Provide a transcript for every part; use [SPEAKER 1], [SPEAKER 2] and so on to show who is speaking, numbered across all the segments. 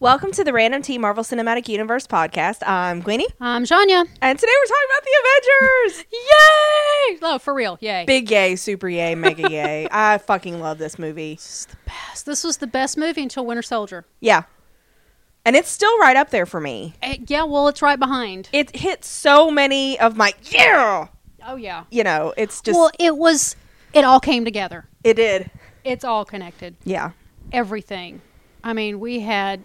[SPEAKER 1] Welcome to the Random T Marvel Cinematic Universe podcast. I'm Gwenny,
[SPEAKER 2] I'm Shania.
[SPEAKER 1] and today we're talking about the Avengers.
[SPEAKER 2] Yay! No, for real. Yay.
[SPEAKER 1] Big yay, super yay, mega yay. I fucking love this movie.
[SPEAKER 2] Best. This was the best movie until Winter Soldier.
[SPEAKER 1] Yeah. And it's still right up there for me.
[SPEAKER 2] Eh, yeah, well, it's right behind.
[SPEAKER 1] It hits so many of my yeah,
[SPEAKER 2] Oh, yeah.
[SPEAKER 1] you know, it's just
[SPEAKER 2] well, it was, it all came together.
[SPEAKER 1] it did.
[SPEAKER 2] It's all connected.
[SPEAKER 1] Yeah.
[SPEAKER 2] Everything. I mean, we had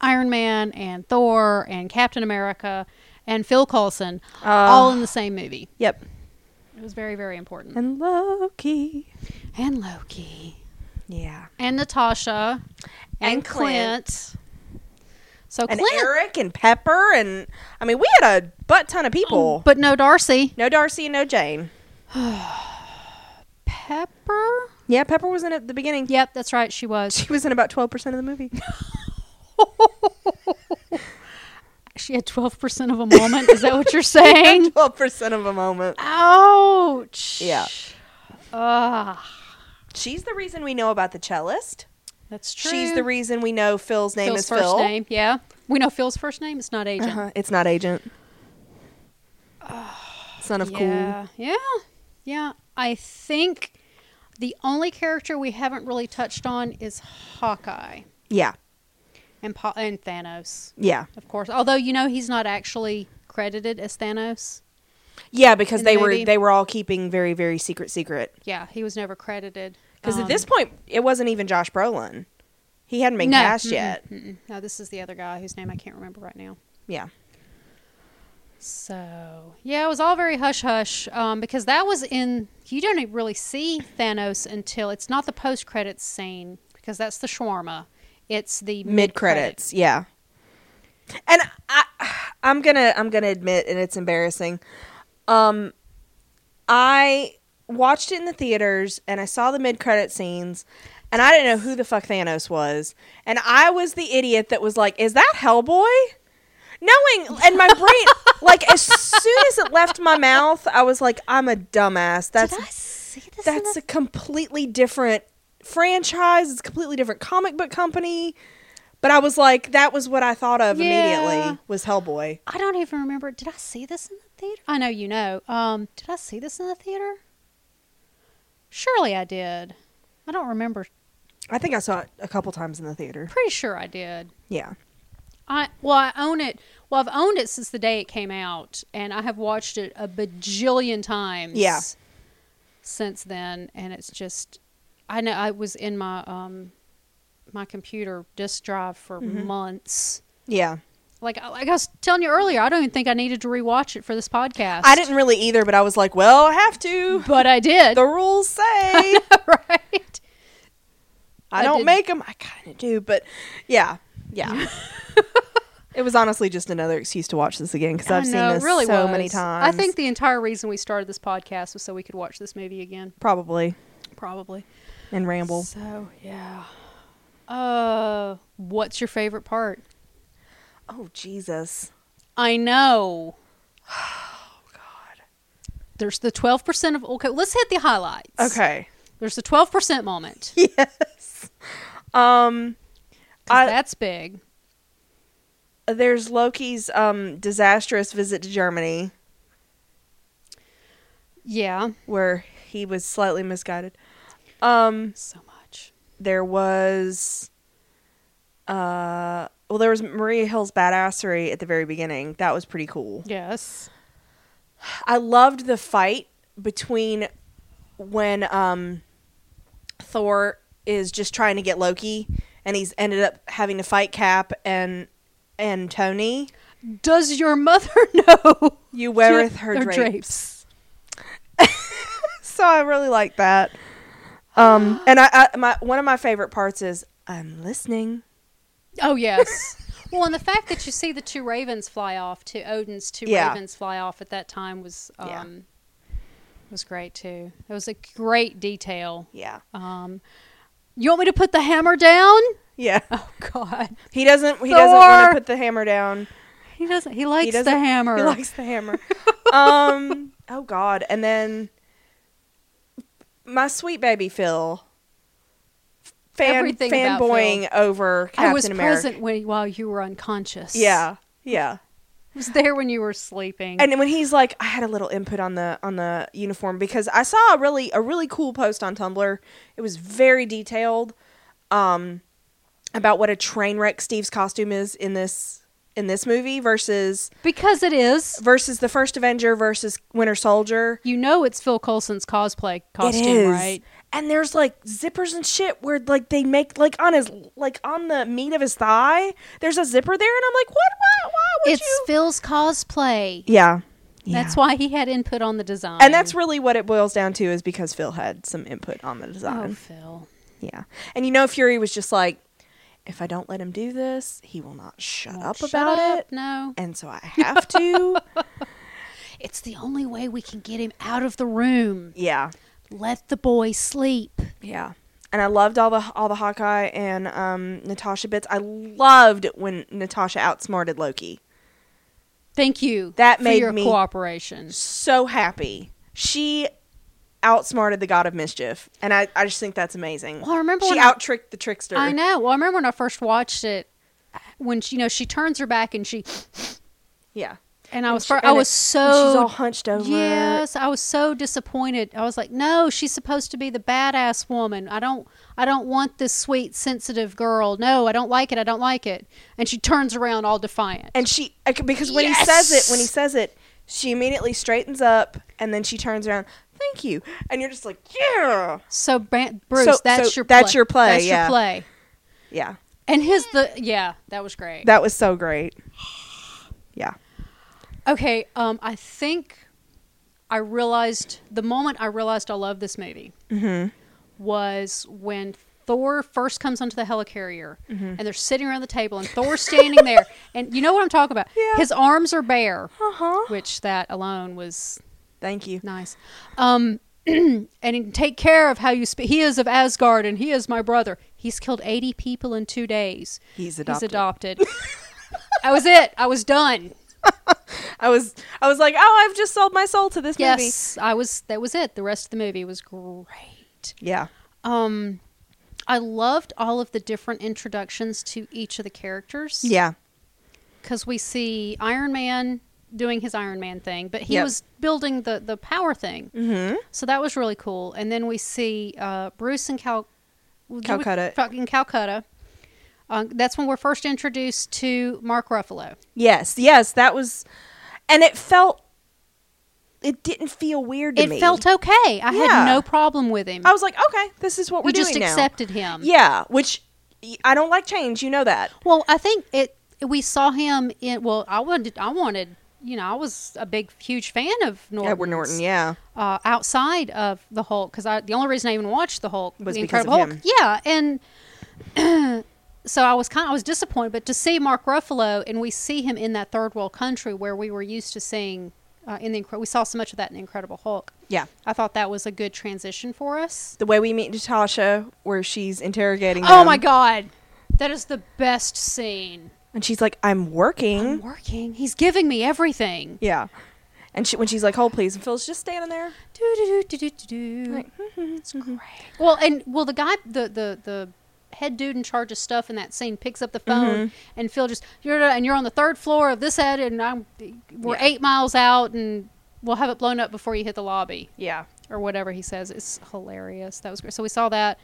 [SPEAKER 2] Iron Man and Thor and Captain America and Phil Coulson
[SPEAKER 1] Ah.
[SPEAKER 2] all in the same movie.
[SPEAKER 1] Yep.
[SPEAKER 2] It was very, very important.
[SPEAKER 1] And Loki.
[SPEAKER 2] And Loki.
[SPEAKER 1] Yeah.
[SPEAKER 2] And Natasha. And,
[SPEAKER 1] And Clint.
[SPEAKER 2] Clint. So
[SPEAKER 1] And
[SPEAKER 2] Clint.
[SPEAKER 1] Eric and Pepper and I mean we had a butt ton of people.
[SPEAKER 2] Oh, But no Darcy.
[SPEAKER 1] no Darcy and no Jane.
[SPEAKER 2] Pepper?
[SPEAKER 1] Yeah, Pepper was in at the beginning.
[SPEAKER 2] Yep, that's right. She was.
[SPEAKER 1] She was in about twelve percent of the movie.
[SPEAKER 2] She had 12% of a moment. Is that what you're saying?
[SPEAKER 1] Twelve percent of a moment.
[SPEAKER 2] Ouch.
[SPEAKER 1] Yeah.
[SPEAKER 2] Ah,
[SPEAKER 1] She's the reason we know about the cellist.
[SPEAKER 2] that's true.
[SPEAKER 1] She's the reason we know Phil's name
[SPEAKER 2] Phil's
[SPEAKER 1] is
[SPEAKER 2] first
[SPEAKER 1] Phil.
[SPEAKER 2] name. Yeah. We know Phil's first name. It's not Agent.
[SPEAKER 1] Uh-huh. It's not Agent. Son of Cool.
[SPEAKER 2] yeah. Yeah. Yeah. I think the only character we haven't really touched on is Hawkeye
[SPEAKER 1] Yeah.
[SPEAKER 2] and, pa- and Thanos,
[SPEAKER 1] Yeah.
[SPEAKER 2] of course. Although, you know, he's not actually credited as Thanos.
[SPEAKER 1] Yeah, because
[SPEAKER 2] In the
[SPEAKER 1] they were
[SPEAKER 2] movie.
[SPEAKER 1] they were all keeping very very secret secret.
[SPEAKER 2] Yeah, he was never credited.
[SPEAKER 1] Because
[SPEAKER 2] Um,
[SPEAKER 1] at this point, it wasn't even Josh Brolin. He hadn't been cast
[SPEAKER 2] mm-mm,
[SPEAKER 1] yet.
[SPEAKER 2] mm-mm. No, this is the other guy whose name I can't remember right now.
[SPEAKER 1] Yeah.
[SPEAKER 2] So yeah, it was all very hush hush um, because that was in. You don't even really see Thanos until it's not the post credits scene because that's the shawarma. It's the
[SPEAKER 1] Mid credits. Yeah. And I, I'm gonna I'm gonna admit, and it's embarrassing. Um, I watched it in the theaters, and I saw the mid credit scenes. And I didn't know who the fuck Thanos was. And I was the idiot that was like, is that Hellboy? Knowing, and my brain, like, as soon as it left my mouth, I was like, I'm a dumbass. That's
[SPEAKER 2] Did I see this? in
[SPEAKER 1] that's
[SPEAKER 2] the-
[SPEAKER 1] a completely different franchise. It's a completely different comic book company. But I was like, that was what I thought of
[SPEAKER 2] Yeah.
[SPEAKER 1] immediately was Hellboy.
[SPEAKER 2] I don't even remember. Did I see this in the theater? I know you know. Um, did I see this in the theater? Surely I did. I don't remember.
[SPEAKER 1] I think I saw it a couple times in the theater.
[SPEAKER 2] Pretty sure I did.
[SPEAKER 1] Yeah.
[SPEAKER 2] I well, I own it. Well, I've owned it since the day it came out, and I have watched it a bajillion times.
[SPEAKER 1] Yeah.
[SPEAKER 2] Since then, and it's just, I know I was in my um, my computer disk drive for
[SPEAKER 1] Mm-hmm.
[SPEAKER 2] months.
[SPEAKER 1] Yeah.
[SPEAKER 2] Like, I- like I was telling you earlier, I don't even think I needed to rewatch it for this podcast.
[SPEAKER 1] I didn't really either, but I was like, well, I have to.
[SPEAKER 2] but I did.
[SPEAKER 1] The rules say.
[SPEAKER 2] right.
[SPEAKER 1] I
[SPEAKER 2] I
[SPEAKER 1] don't 'em.
[SPEAKER 2] didn't.
[SPEAKER 1] make them. I kind of do, but yeah. Yeah. it was honestly just another excuse to watch this again because
[SPEAKER 2] I
[SPEAKER 1] I've seen
[SPEAKER 2] know, it
[SPEAKER 1] this so
[SPEAKER 2] was.
[SPEAKER 1] many times.
[SPEAKER 2] I think the entire reason we started this podcast was so we could watch this movie again.
[SPEAKER 1] probably
[SPEAKER 2] Probably.
[SPEAKER 1] and ramble.
[SPEAKER 2] So yeah. Uh, what's your favorite part?
[SPEAKER 1] Oh, Jesus.
[SPEAKER 2] I know.
[SPEAKER 1] Oh,
[SPEAKER 2] There's the twelve percent of okay. Let's hit the highlights.
[SPEAKER 1] Okay.
[SPEAKER 2] There's the twelve percent moment.
[SPEAKER 1] yes. Um,
[SPEAKER 2] 'cause
[SPEAKER 1] I-
[SPEAKER 2] that's big.
[SPEAKER 1] there's Loki's um disastrous visit to Germany
[SPEAKER 2] Yeah.
[SPEAKER 1] where he was slightly misguided. Um,
[SPEAKER 2] So much.
[SPEAKER 1] there was, uh, well, there was Maria Hill's badassery at the very beginning. That was pretty cool.
[SPEAKER 2] Yes.
[SPEAKER 1] I loved the fight between when um Thor is just trying to get Loki and he's ended up having to fight Cap and and Tony.
[SPEAKER 2] Does your mother know?
[SPEAKER 1] You weareth her
[SPEAKER 2] their
[SPEAKER 1] drapes. So I really like that. Um, and I, I my one of my favorite parts is I'm listening.
[SPEAKER 2] Oh yes. well, and the fact that you see the two ravens fly off, to Odin's two
[SPEAKER 1] Yeah.
[SPEAKER 2] ravens fly off at that time was um,
[SPEAKER 1] Yeah.
[SPEAKER 2] was great too. It was a great detail.
[SPEAKER 1] Yeah,
[SPEAKER 2] Um, you want me to put the hammer down?
[SPEAKER 1] yeah.
[SPEAKER 2] Oh God,
[SPEAKER 1] He doesn't. He doesn't want
[SPEAKER 2] Thor!
[SPEAKER 1] to put the hammer down.
[SPEAKER 2] he doesn't. He likes
[SPEAKER 1] He doesn't.
[SPEAKER 2] the hammer.
[SPEAKER 1] He likes the hammer. um. Oh God. And then my sweet baby Phil fan
[SPEAKER 2] Everything about
[SPEAKER 1] fanboying over Captain
[SPEAKER 2] I was
[SPEAKER 1] America.
[SPEAKER 2] present when, while you were unconscious.
[SPEAKER 1] Yeah, yeah.
[SPEAKER 2] I was there when you were sleeping.
[SPEAKER 1] And when he's like, I had a little input on the on the uniform because I saw a really a really cool post on Tumblr. It was very detailed um, about what a train wreck Steve's costume is in this in this movie versus
[SPEAKER 2] because it is.
[SPEAKER 1] versus the first Avenger versus Winter Soldier.
[SPEAKER 2] You know it's Phil Coulson's cosplay costume, right?
[SPEAKER 1] And there's like zippers and shit where like they make like on his like on the meat of his thigh. There's a zipper there, and I'm like, what? Why? Why would
[SPEAKER 2] It's
[SPEAKER 1] you?
[SPEAKER 2] Phil's cosplay.
[SPEAKER 1] Yeah.
[SPEAKER 2] That's why he had input on the design.
[SPEAKER 1] And that's really what it boils down to is because Phil had some input on the
[SPEAKER 2] Um, oh,
[SPEAKER 1] design.
[SPEAKER 2] Phil.
[SPEAKER 1] Yeah. And you know, Fury was just like, if I don't let him do this, he will not shut up
[SPEAKER 2] Shut
[SPEAKER 1] about
[SPEAKER 2] up,
[SPEAKER 1] it.
[SPEAKER 2] No,
[SPEAKER 1] And so I have to.
[SPEAKER 2] it's the only way we can get him out of the room.
[SPEAKER 1] yeah.
[SPEAKER 2] Let the boy sleep.
[SPEAKER 1] Yeah. And I loved all the all the Hawkeye and um, Natasha bits. I loved when Natasha outsmarted Loki.
[SPEAKER 2] Thank you.
[SPEAKER 1] That
[SPEAKER 2] for
[SPEAKER 1] made
[SPEAKER 2] your
[SPEAKER 1] me-
[SPEAKER 2] cooperation.
[SPEAKER 1] So happy. She outsmarted the god of mischief. And I, I just think that's amazing.
[SPEAKER 2] Well, I remember
[SPEAKER 1] she
[SPEAKER 2] when I-
[SPEAKER 1] out tricked the trickster.
[SPEAKER 2] I know. Well, I remember when I first watched it. When she, you know, she turns her back and she
[SPEAKER 1] Yeah.
[SPEAKER 2] and I was
[SPEAKER 1] she-
[SPEAKER 2] fir- I
[SPEAKER 1] and
[SPEAKER 2] was
[SPEAKER 1] it-
[SPEAKER 2] so
[SPEAKER 1] and she's all hunched over.
[SPEAKER 2] Yes, I was so disappointed. I was like, "No, she's supposed to be the badass woman. I don't I don't want this sweet, sensitive girl. No, I don't like it. I don't like it." And she turns around all defiant.
[SPEAKER 1] and she I c- because when he says it when he
[SPEAKER 2] Yes!
[SPEAKER 1] says it she immediately straightens up and then she turns around thank you and you're just like yeah
[SPEAKER 2] so Bran- Bruce,
[SPEAKER 1] So-
[SPEAKER 2] that's
[SPEAKER 1] so
[SPEAKER 2] your
[SPEAKER 1] that's
[SPEAKER 2] play.
[SPEAKER 1] your play,
[SPEAKER 2] That's
[SPEAKER 1] yeah.
[SPEAKER 2] your play.
[SPEAKER 1] yeah
[SPEAKER 2] And his the yeah, that was great.
[SPEAKER 1] that was so great yeah
[SPEAKER 2] Okay, um, I think I realized the moment I realized I love this movie
[SPEAKER 1] Mm-hmm.
[SPEAKER 2] was when Thor first comes onto the helicarrier
[SPEAKER 1] Mm-hmm.
[SPEAKER 2] and they're sitting around the table and Thor's standing there and you know what I'm talking about.
[SPEAKER 1] Yeah.
[SPEAKER 2] His arms are bare,
[SPEAKER 1] uh-huh
[SPEAKER 2] which that alone was
[SPEAKER 1] thank you
[SPEAKER 2] nice. Um, and he- take care of how you speak. He is of Asgard and he is my brother. He's killed 80 people in two days.
[SPEAKER 1] He's adopted.
[SPEAKER 2] He's adopted. that was it. I was done.
[SPEAKER 1] i was i was like oh i've just sold my soul to this movie
[SPEAKER 2] Yes, I was. That was it. The rest of the movie was great.
[SPEAKER 1] yeah
[SPEAKER 2] Um, I loved all of the different introductions to each of the characters.
[SPEAKER 1] yeah
[SPEAKER 2] because we see Iron Man doing his Iron Man thing, but he
[SPEAKER 1] Yep.
[SPEAKER 2] was building the the power thing. Mm-hmm. So that was really cool. And then we see uh, Bruce and Cal well, do we-
[SPEAKER 1] Calcutta.
[SPEAKER 2] fuck, in Calcutta. Um, that's when we're first introduced to Mark Ruffalo.
[SPEAKER 1] yes yes that was and it felt it didn't feel weird to
[SPEAKER 2] It
[SPEAKER 1] me
[SPEAKER 2] felt okay. I
[SPEAKER 1] Yeah. Oh,
[SPEAKER 2] had no problem with him.
[SPEAKER 1] i was like okay this is what we're
[SPEAKER 2] we just
[SPEAKER 1] doing now.
[SPEAKER 2] accepted him.
[SPEAKER 1] yeah which i don't like change you know that
[SPEAKER 2] Well, I think it. We saw him in. Well, I wanted. I wanted. You know, I was a big, huge fan of Norton.
[SPEAKER 1] edward norton yeah
[SPEAKER 2] Uh, outside of the Hulk, because I the only reason I even watched the Hulk
[SPEAKER 1] Was
[SPEAKER 2] the
[SPEAKER 1] because of
[SPEAKER 2] Incredible Hulk.
[SPEAKER 1] him.
[SPEAKER 2] Yeah, and so I was kind. I was disappointed, but to see Mark Ruffalo and we see him in that third world country where we were used to seeing. Uh, in the Incre- we saw so much of that in the Incredible Hulk.
[SPEAKER 1] yeah
[SPEAKER 2] I thought that was a good transition for us.
[SPEAKER 1] the way we meet Natasha, where she's interrogating.
[SPEAKER 2] Oh
[SPEAKER 1] them,
[SPEAKER 2] my God, that is the best scene.
[SPEAKER 1] And she's like, "I'm working."
[SPEAKER 2] I'm working. He's giving me everything.
[SPEAKER 1] yeah. And she, when she's like, "Hold please," and Phil's just standing there.
[SPEAKER 2] Do-do-do-do-do-do.
[SPEAKER 1] Right. Mm-hmm.
[SPEAKER 2] It's great. Well, and well, the guy, the the the head dude in charge of stuff in that scene picks up the
[SPEAKER 1] Mm-hmm.
[SPEAKER 2] phone, and Phil just you're and you're on the third floor of this head, and I'm we're
[SPEAKER 1] Yeah.
[SPEAKER 2] eight miles out, and we'll have it blown up before you hit the lobby
[SPEAKER 1] Yeah.
[SPEAKER 2] or whatever he says. It's hilarious. That was great. So we saw that,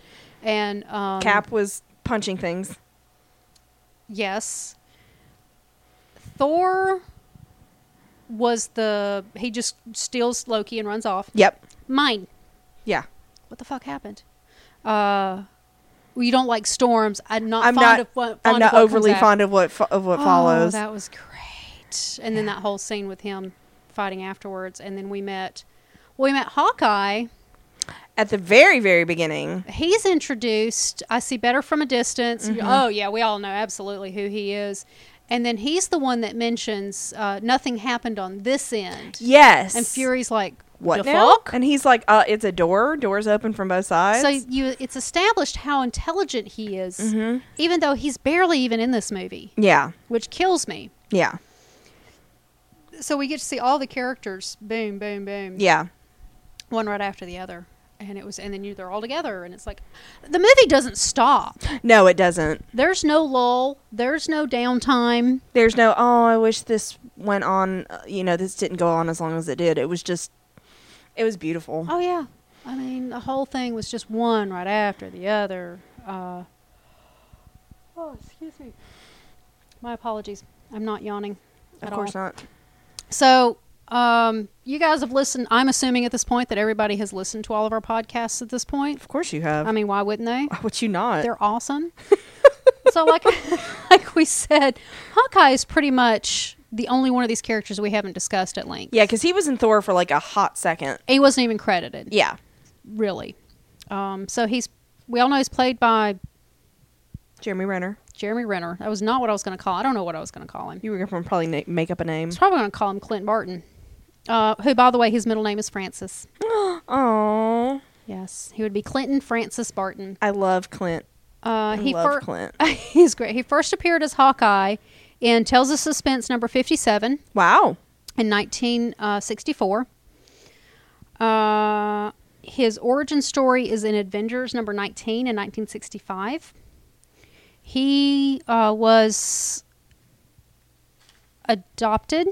[SPEAKER 2] and um,
[SPEAKER 1] Cap was punching things.
[SPEAKER 2] Yes. Thor was the he just steals Loki and runs off.
[SPEAKER 1] Yep.
[SPEAKER 2] Mine.
[SPEAKER 1] Yeah.
[SPEAKER 2] What the fuck happened? Uh well, you don't like storms. I'm not
[SPEAKER 1] I'm
[SPEAKER 2] fond
[SPEAKER 1] not.
[SPEAKER 2] of what
[SPEAKER 1] I'm
[SPEAKER 2] Uh, fond
[SPEAKER 1] not
[SPEAKER 2] of what comes
[SPEAKER 1] overly
[SPEAKER 2] after.
[SPEAKER 1] fond of what fo- of what follows.
[SPEAKER 2] Oh, that was great. And then that whole scene with him fighting afterwards and then we met well, we met Hawkeye.
[SPEAKER 1] At the very very beginning.
[SPEAKER 2] He's introduced. I see better from a distance.
[SPEAKER 1] Mm-hmm.
[SPEAKER 2] Oh yeah, we all know absolutely who he is. And then he's the one that mentions uh, nothing happened on this end.
[SPEAKER 1] Yes.
[SPEAKER 2] And Fury's like,
[SPEAKER 1] What
[SPEAKER 2] "The
[SPEAKER 1] now?
[SPEAKER 2] fuck?"
[SPEAKER 1] And he's like, "Uh, it's a door. Doors open from both sides."
[SPEAKER 2] So you, it's established how intelligent he is,
[SPEAKER 1] Mm-hmm.
[SPEAKER 2] even though he's barely even in this movie,
[SPEAKER 1] yeah.
[SPEAKER 2] which kills me.
[SPEAKER 1] Yeah.
[SPEAKER 2] So we get to see all the characters, boom, boom, boom,
[SPEAKER 1] Yeah.
[SPEAKER 2] one right after the other. and it was and then you they're all together and it's like the movie doesn't stop
[SPEAKER 1] No, it doesn't.
[SPEAKER 2] there's no lull there's no downtime
[SPEAKER 1] There's no, oh, I wish this went on, uh, you know, this didn't go on as long as it did. It was just, it was beautiful.
[SPEAKER 2] oh yeah i mean the whole thing was just one right after the other uh, oh excuse me my apologies i'm not yawning
[SPEAKER 1] of
[SPEAKER 2] at
[SPEAKER 1] course
[SPEAKER 2] all.
[SPEAKER 1] not.
[SPEAKER 2] So, um, you guys have listened. I'm assuming at this point that everybody has listened to all of our podcasts at this point.
[SPEAKER 1] Of course you have.
[SPEAKER 2] I mean, why wouldn't they?
[SPEAKER 1] Why would you not?
[SPEAKER 2] They're awesome. so, like, like we said, Hawkeye is pretty much the only one of these characters we haven't discussed at length.
[SPEAKER 1] Yeah, because he was in Thor for like a hot second.
[SPEAKER 2] he wasn't even credited.
[SPEAKER 1] Yeah.
[SPEAKER 2] really. Um, so he's we all know he's played by
[SPEAKER 1] Jeremy Renner.
[SPEAKER 2] Jeremy Renner. That was not what I was going to call. I don't know what I was going to call him.
[SPEAKER 1] You were going to probably na- make up a name.
[SPEAKER 2] I was probably going to call him Clint Barton, uh, who, by the way, his middle name is Francis.
[SPEAKER 1] Oh,
[SPEAKER 2] Yes, he would be Clinton Francis Barton.
[SPEAKER 1] I love Clint.
[SPEAKER 2] Uh, he
[SPEAKER 1] love
[SPEAKER 2] fir-
[SPEAKER 1] Clint.
[SPEAKER 2] he's great. He first appeared as Hawkeye in Tales of Suspense number 57
[SPEAKER 1] Wow.
[SPEAKER 2] in 1964. Uh, his origin story is in Avengers number 19 in 1965. He uh, was adopted.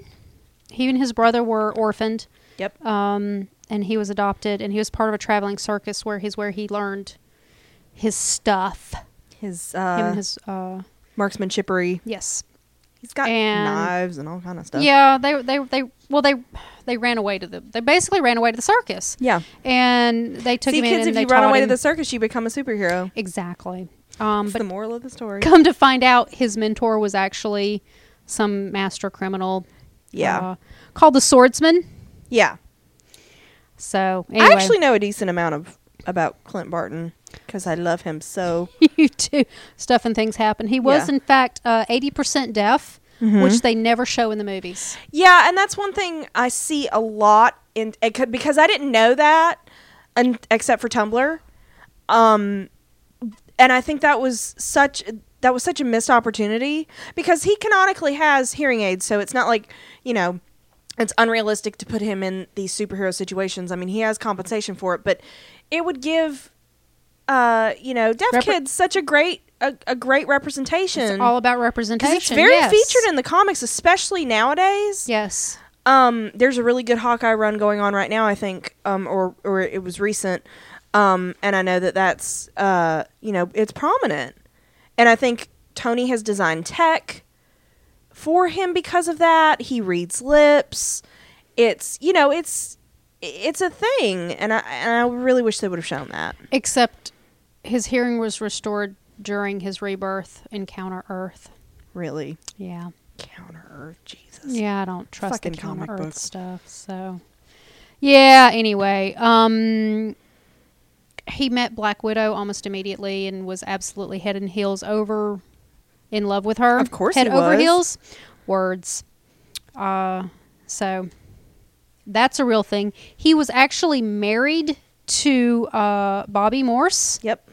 [SPEAKER 2] He and his brother were orphaned
[SPEAKER 1] Yep.
[SPEAKER 2] um, and he was adopted and he was part of a traveling circus where he's where he learned his stuff
[SPEAKER 1] His
[SPEAKER 2] him
[SPEAKER 1] uh,
[SPEAKER 2] and his uh,
[SPEAKER 1] marksmanshipery.
[SPEAKER 2] yes
[SPEAKER 1] He's got
[SPEAKER 2] and-
[SPEAKER 1] knives and all kind of stuff.
[SPEAKER 2] yeah they they they well they they ran away to the they basically ran away to the circus
[SPEAKER 1] Yeah.
[SPEAKER 2] and they took
[SPEAKER 1] See,
[SPEAKER 2] him
[SPEAKER 1] kids,
[SPEAKER 2] in and
[SPEAKER 1] if
[SPEAKER 2] they
[SPEAKER 1] you run
[SPEAKER 2] taught
[SPEAKER 1] away
[SPEAKER 2] him-
[SPEAKER 1] to the circus, you become a superhero.
[SPEAKER 2] exactly um
[SPEAKER 1] That's
[SPEAKER 2] but
[SPEAKER 1] the moral of the story.
[SPEAKER 2] come to find out his mentor was actually some master criminal
[SPEAKER 1] Yeah.
[SPEAKER 2] uh, called the swordsman
[SPEAKER 1] yeah.
[SPEAKER 2] so anyway.
[SPEAKER 1] I actually know a decent amount of about Clint Barton because I love him so.
[SPEAKER 2] you too. Stuff and things happen. He was,
[SPEAKER 1] Yeah. Mm-hmm.
[SPEAKER 2] in fact, uh, eighty percent deaf, which they never show in the movies.
[SPEAKER 1] Yeah, and that's one thing I see a lot in it could, because I didn't know that, and except for Tumblr, um, and I think that was such that was such a missed opportunity because he canonically has hearing aids, so it's not like you know it's unrealistic to put him in these superhero situations. I mean, he has compensation for it, but it would give uh, you know deaf
[SPEAKER 2] Repre-
[SPEAKER 1] kids such a great a, a great representation.
[SPEAKER 2] It's all about
[SPEAKER 1] 'Cause
[SPEAKER 2] representation.
[SPEAKER 1] it's very
[SPEAKER 2] yes.
[SPEAKER 1] featured in the comics, especially nowadays.
[SPEAKER 2] Yes,
[SPEAKER 1] Um, there's a really good Hawkeye run going on right now, I think, um, or or it was recent, um, and I know that that's uh, you know, it's prominent, and I think Tony has designed tech for him because of that. He reads lips. It's you know, it's it's a thing, and I and I really wish they would have shown that.
[SPEAKER 2] except his hearing was restored during his rebirth in Counter Earth.
[SPEAKER 1] Really,
[SPEAKER 2] Yeah,
[SPEAKER 1] Counter Earth, Jesus.
[SPEAKER 2] yeah. I don't trust
[SPEAKER 1] Fucking
[SPEAKER 2] the Counter
[SPEAKER 1] comic
[SPEAKER 2] Earth
[SPEAKER 1] book.
[SPEAKER 2] stuff. So, yeah. Anyway, um. He met Black Widow almost immediately and was absolutely head and heels over in love with her.
[SPEAKER 1] Of course
[SPEAKER 2] head
[SPEAKER 1] he
[SPEAKER 2] over
[SPEAKER 1] was.
[SPEAKER 2] heels. Words. Uh, so that's a real thing. He was actually married to uh, Bobby Morse,
[SPEAKER 1] Yep.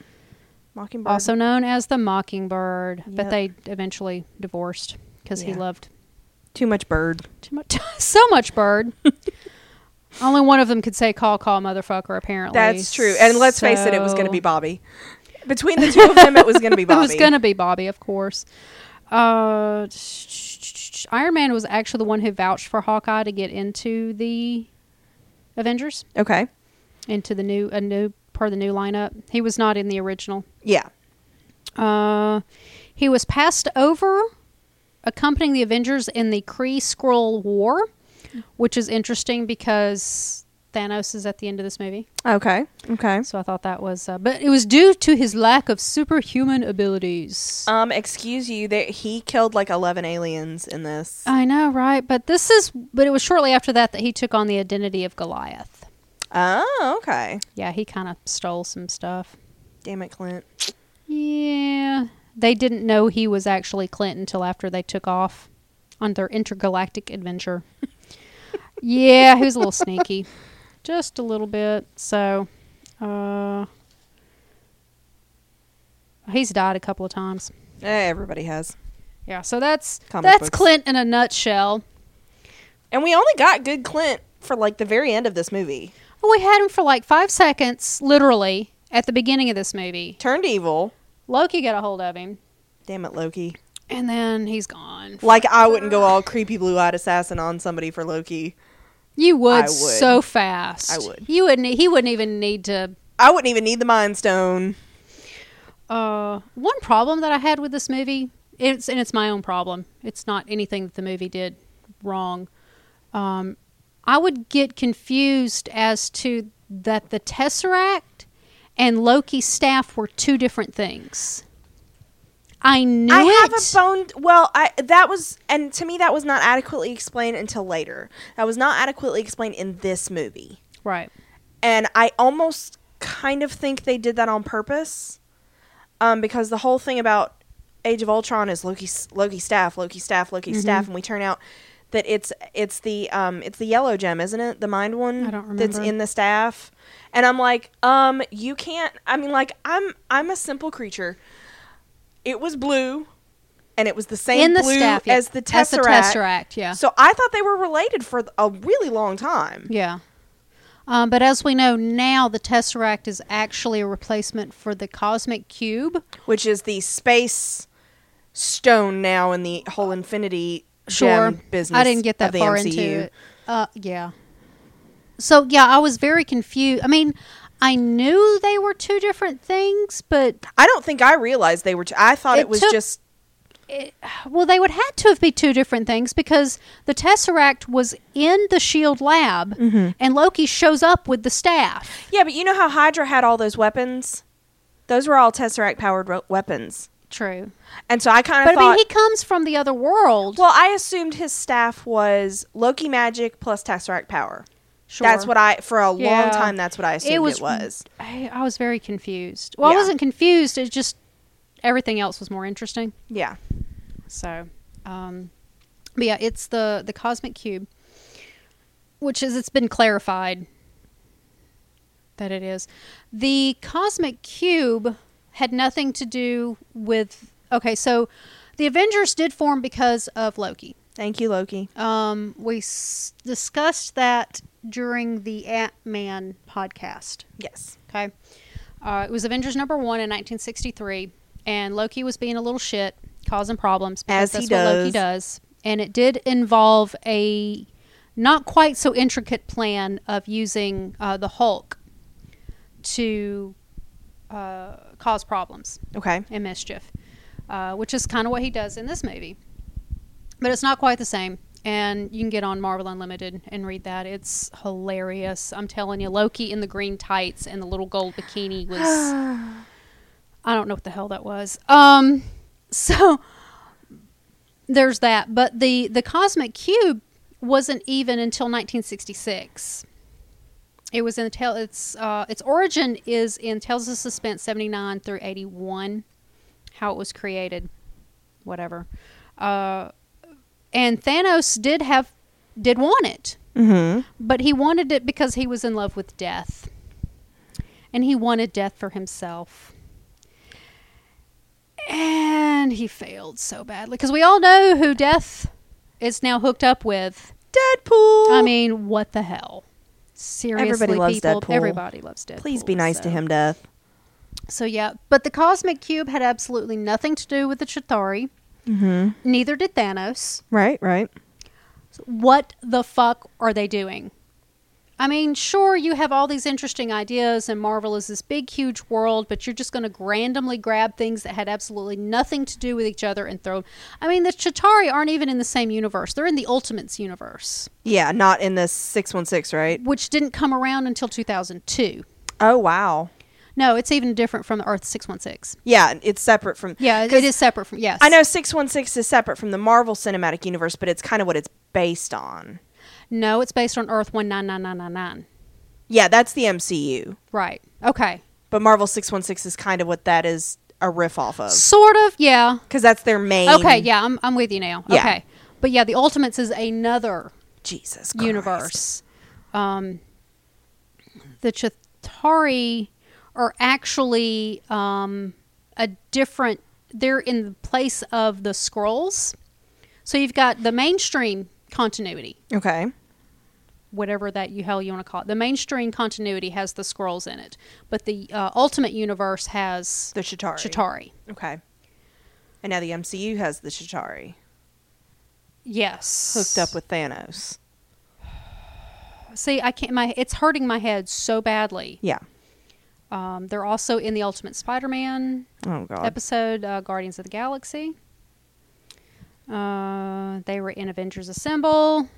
[SPEAKER 1] Mockingbird.
[SPEAKER 2] also known as the Mockingbird,
[SPEAKER 1] Yep.
[SPEAKER 2] but they eventually divorced because he
[SPEAKER 1] Yeah.
[SPEAKER 2] loved
[SPEAKER 1] too much bird.
[SPEAKER 2] too much, so much bird. Only one of them could say "call, call, motherfucker." Apparently,
[SPEAKER 1] That's true. And let's face it, it was going to
[SPEAKER 2] So-
[SPEAKER 1] be Bobby. Between the two of them, it was going to be Bobby.
[SPEAKER 2] It was going to be Bobby, of course. Uh, Iron Man was actually the one who vouched for Hawkeye to get into the Avengers,
[SPEAKER 1] Okay.
[SPEAKER 2] into the new a new part of the new lineup. He was not in the original.
[SPEAKER 1] Yeah.
[SPEAKER 2] Uh, he was passed over accompanying the Avengers in the Kree Skrull War, which is interesting because Thanos is at the end of this movie.
[SPEAKER 1] Okay. Okay.
[SPEAKER 2] So I thought that was, uh, but it was due to his lack of superhuman abilities.
[SPEAKER 1] Um, excuse you. That he killed like eleven aliens in this.
[SPEAKER 2] I know, right? But this is, but it was shortly after that that he took on the identity of Goliath.
[SPEAKER 1] oh, okay.
[SPEAKER 2] Yeah, he kind of stole some stuff.
[SPEAKER 1] Damn it, Clint.
[SPEAKER 2] Yeah, they didn't know he was actually Clint until after they took off on their intergalactic adventure. yeah, he was a little sneaky, just a little bit. So, uh, he's died a couple of times.
[SPEAKER 1] Eh, everybody has.
[SPEAKER 2] Yeah, so that's
[SPEAKER 1] Comic
[SPEAKER 2] that's
[SPEAKER 1] books.
[SPEAKER 2] Clint in a nutshell.
[SPEAKER 1] And we only got good Clint for like the very end of this movie.
[SPEAKER 2] Well, But we had him for like five seconds, literally, at the beginning of this movie.
[SPEAKER 1] Turned evil.
[SPEAKER 2] Loki got a hold of him,
[SPEAKER 1] Damn it, Loki.
[SPEAKER 2] and then he's gone.
[SPEAKER 1] Like I wouldn't go all creepy blue eyed assassin on somebody for Loki.
[SPEAKER 2] You would,
[SPEAKER 1] I would.
[SPEAKER 2] so fast.
[SPEAKER 1] I would.
[SPEAKER 2] You wouldn't. He wouldn't even need to.
[SPEAKER 1] I wouldn't even need the Mind Stone.
[SPEAKER 2] Uh, one problem that I had with this movie, it's and it's my own problem. It's not anything that the movie did wrong. Um, I would get confused as to that the Tesseract and Loki's staff were two different things. I knew
[SPEAKER 1] I
[SPEAKER 2] it.
[SPEAKER 1] have a bone. Well, I that was and to me that was not adequately explained until later. That was not adequately explained in this movie.
[SPEAKER 2] right.
[SPEAKER 1] and I almost kind of think they did that on purpose, um, because the whole thing about Age of Ultron is Loki, Loki staff, Loki staff, Loki
[SPEAKER 2] Mm-hmm.
[SPEAKER 1] staff, and we turn out that it's it's the um, it's the yellow gem, isn't it? The mind one
[SPEAKER 2] I don't
[SPEAKER 1] that's
[SPEAKER 2] remember.
[SPEAKER 1] in the staff, and I'm like, um, you can't. I mean, like, I'm I'm a simple creature. It was blue, and it was the same
[SPEAKER 2] In the
[SPEAKER 1] blue
[SPEAKER 2] staff yeah.
[SPEAKER 1] as the tesseract.
[SPEAKER 2] tesseract, yeah.
[SPEAKER 1] So I thought they were related for a really long time.
[SPEAKER 2] Yeah. Um, but as we know now, the Tesseract is actually a replacement for the Cosmic Cube.
[SPEAKER 1] which is the space stone now in the whole infinity
[SPEAKER 2] Sure.
[SPEAKER 1] gem business.
[SPEAKER 2] I didn't get
[SPEAKER 1] of
[SPEAKER 2] that
[SPEAKER 1] the
[SPEAKER 2] far
[SPEAKER 1] MCU.
[SPEAKER 2] into it. Uh, yeah. So, yeah, I was very confused. I mean, I knew they were two different things, but,
[SPEAKER 1] I don't think I realized they were. T- I thought it,
[SPEAKER 2] It
[SPEAKER 1] was
[SPEAKER 2] took-
[SPEAKER 1] just
[SPEAKER 2] well, they would had to have been two different things because the Tesseract was in the S.H.I.E.L.D. E lab
[SPEAKER 1] Mm-hmm.
[SPEAKER 2] and Loki shows up with the staff.
[SPEAKER 1] yeah. But you know how Hydra had all those weapons? Those were all tesseract powered ro- weapons,
[SPEAKER 2] True.
[SPEAKER 1] and so I kind of
[SPEAKER 2] But, I
[SPEAKER 1] thought.
[SPEAKER 2] mean, he comes from the other world.
[SPEAKER 1] well, I assumed his staff was Loki magic plus tesseract power.
[SPEAKER 2] sure.
[SPEAKER 1] That's what I for a
[SPEAKER 2] Yeah.
[SPEAKER 1] long time. That's what I assumed it was.
[SPEAKER 2] I, I was very confused. Well, I
[SPEAKER 1] Yeah.
[SPEAKER 2] wasn't confused. It just everything else was more interesting.
[SPEAKER 1] Yeah.
[SPEAKER 2] So, um, but yeah, it's the the cosmic cube, which is it's been clarified that it is the cosmic cube had nothing to do with. Okay, so the Avengers did form because of Loki.
[SPEAKER 1] Thank you, Loki.
[SPEAKER 2] Um, we s- discussed that during the Ant Man podcast.
[SPEAKER 1] Yes.
[SPEAKER 2] Okay. Uh, it was Avengers number one in 1963, and Loki was being a little shit, causing problems because
[SPEAKER 1] As he
[SPEAKER 2] that's what Loki
[SPEAKER 1] does.
[SPEAKER 2] does. And it did involve a not quite so intricate plan of using uh, the Hulk to uh, cause problems
[SPEAKER 1] Okay.
[SPEAKER 2] and mischief, uh, which is kind of what he does in this movie. But it's not quite the same. And you can get on Marvel Unlimited and read that. It's hilarious. I'm telling you, Loki in the green tights and the little gold bikini was. I don't know what the hell that was. Um, so there's that. But the the cosmic cube wasn't even until 1966. It was in tell its uh, its origin is in Tales of Suspense 79 through 81, how it was created, whatever. Uh, and Thanos did have did want it,
[SPEAKER 1] Mm-hmm.
[SPEAKER 2] but he wanted it because he was in love with death, and he wanted death for himself. And he failed so badly because we all know who Death is now hooked up with.
[SPEAKER 1] Deadpool.
[SPEAKER 2] I mean, what the hell? Seriously,
[SPEAKER 1] Everybody loves
[SPEAKER 2] people,
[SPEAKER 1] Deadpool.
[SPEAKER 2] Everybody loves Deadpool.
[SPEAKER 1] please be nice
[SPEAKER 2] so-
[SPEAKER 1] to him, Death.
[SPEAKER 2] So yeah, but the cosmic cube had absolutely nothing to do with the Chitauri.
[SPEAKER 1] Mm-hmm.
[SPEAKER 2] Neither did Thanos.
[SPEAKER 1] Right. Right.
[SPEAKER 2] What the fuck are they doing? I mean, sure, you have all these interesting ideas, and Marvel is this big, huge world, but you're just going to randomly grab things that had absolutely nothing to do with each other and throw. I mean, the Chitauri aren't even in the same universe; they're in the Ultimates universe,
[SPEAKER 1] Yeah, not in the 616, right?
[SPEAKER 2] which didn't come around until 2002.
[SPEAKER 1] Oh, wow.
[SPEAKER 2] No, it's even different from the Earth 616.
[SPEAKER 1] Yeah, it's separate from.
[SPEAKER 2] Yeah,
[SPEAKER 1] 'cause
[SPEAKER 2] it is separate from. Yes,
[SPEAKER 1] I know 616 is separate from the Marvel Cinematic Universe, but it's kind of what it's based on.
[SPEAKER 2] No, it's based on Earth 199999.
[SPEAKER 1] Yeah, that's the MCU.
[SPEAKER 2] Right. Okay.
[SPEAKER 1] But Marvel 616 is kind of what that is a riff off of.
[SPEAKER 2] Sort of, yeah.
[SPEAKER 1] Because that's their main.
[SPEAKER 2] Okay, yeah, I'm, I'm with you now.
[SPEAKER 1] Yeah.
[SPEAKER 2] Okay. But yeah, the Ultimates is another
[SPEAKER 1] Jesus Christ.
[SPEAKER 2] universe. Um, the Chitauri are actually um, a different. They're in the place of the scrolls. So you've got the mainstream continuity,
[SPEAKER 1] Okay.
[SPEAKER 2] whatever that you hell you want to call it. The mainstream continuity has the scrolls in it, but the uh, Ultimate Universe has
[SPEAKER 1] The Chitari.
[SPEAKER 2] Chitari.
[SPEAKER 1] Okay. And now the MCU has the Chitari
[SPEAKER 2] Yes,
[SPEAKER 1] hooked up with Thanos.
[SPEAKER 2] See, I can't. My it's hurting my head so badly.
[SPEAKER 1] Yeah.
[SPEAKER 2] Um, they're also in the Ultimate Spider-Man
[SPEAKER 1] Oh God.
[SPEAKER 2] episode, uh, Guardians of the Galaxy. Uh, they were in Avengers Assemble.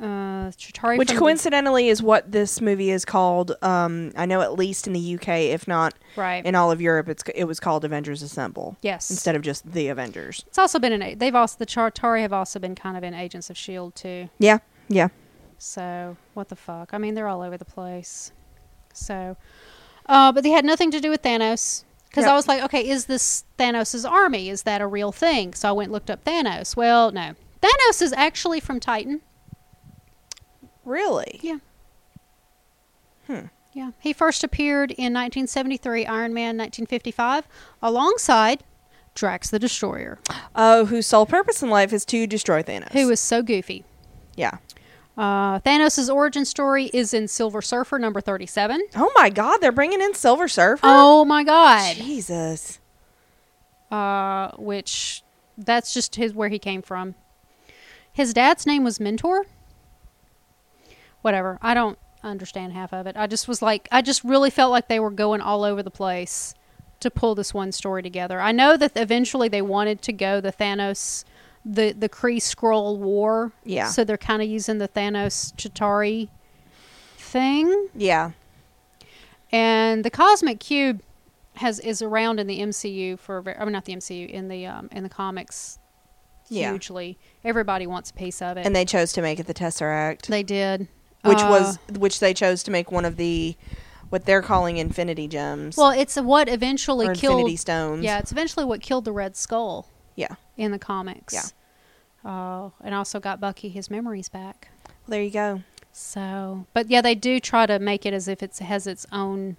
[SPEAKER 2] Uh, Chitari
[SPEAKER 1] Which
[SPEAKER 2] from the-
[SPEAKER 1] coincidentally is what this movie is called. Um, I know at least in the UK, if not
[SPEAKER 2] right?
[SPEAKER 1] in all of Europe, it's it was called Avengers Assemble
[SPEAKER 2] yes,
[SPEAKER 1] instead of just the Avengers.
[SPEAKER 2] It's also been an. They've also the Chitari have also been kind of in Agents of Shield E too.
[SPEAKER 1] Yeah. Yeah.
[SPEAKER 2] So what the fuck? I mean, they're all over the place. So, uh, but they had nothing to do with Thanos because
[SPEAKER 1] Yep.
[SPEAKER 2] I was like, okay, is this Thanos' army? Is that a real thing? So I went and looked up Thanos. Well, no, Thanos is actually from Titan.
[SPEAKER 1] Really?
[SPEAKER 2] Yeah. Yeah, he first appeared in 1973 Iron Man 1955 alongside Drax the Destroyer,
[SPEAKER 1] Oh, whose sole purpose in life is to destroy Thanos.
[SPEAKER 2] who is so goofy.
[SPEAKER 1] Yeah.
[SPEAKER 2] Uh, Thanos' origin story is in Silver Surfer number 37.
[SPEAKER 1] Oh my God, they're bringing in Silver Surfer.
[SPEAKER 2] Oh my god.
[SPEAKER 1] Jesus.
[SPEAKER 2] Uh, which that's just his where he came from. His dad's name was Mentor. Whatever. I don't understand half of it. I just was like I just really felt like they were going all over the place to pull this one story together. I know that eventually they wanted to go the Thanos the the Kree Scroll War.
[SPEAKER 1] Yeah.
[SPEAKER 2] So they're kind of using the Thanos Chitari thing.
[SPEAKER 1] Yeah.
[SPEAKER 2] And the cosmic cube has is around in the MCU for a ver- I mean not the MCU in the um, in the comics
[SPEAKER 1] Yeah.
[SPEAKER 2] hugely. Everybody wants a piece of it.
[SPEAKER 1] And they chose to make it the Tesseract,
[SPEAKER 2] they did.
[SPEAKER 1] which
[SPEAKER 2] Uh,
[SPEAKER 1] was which they chose to make one of the what they're calling Infinity Gems
[SPEAKER 2] well, it's what eventually
[SPEAKER 1] or
[SPEAKER 2] killed
[SPEAKER 1] Infinity Stones.
[SPEAKER 2] Yeah, it's eventually what killed the Red Skull
[SPEAKER 1] Yeah.
[SPEAKER 2] in the comics.
[SPEAKER 1] Yeah.
[SPEAKER 2] Uh, and also got Bucky his memories back.
[SPEAKER 1] There you go.
[SPEAKER 2] So, but yeah, they do try to make it as if it has its own.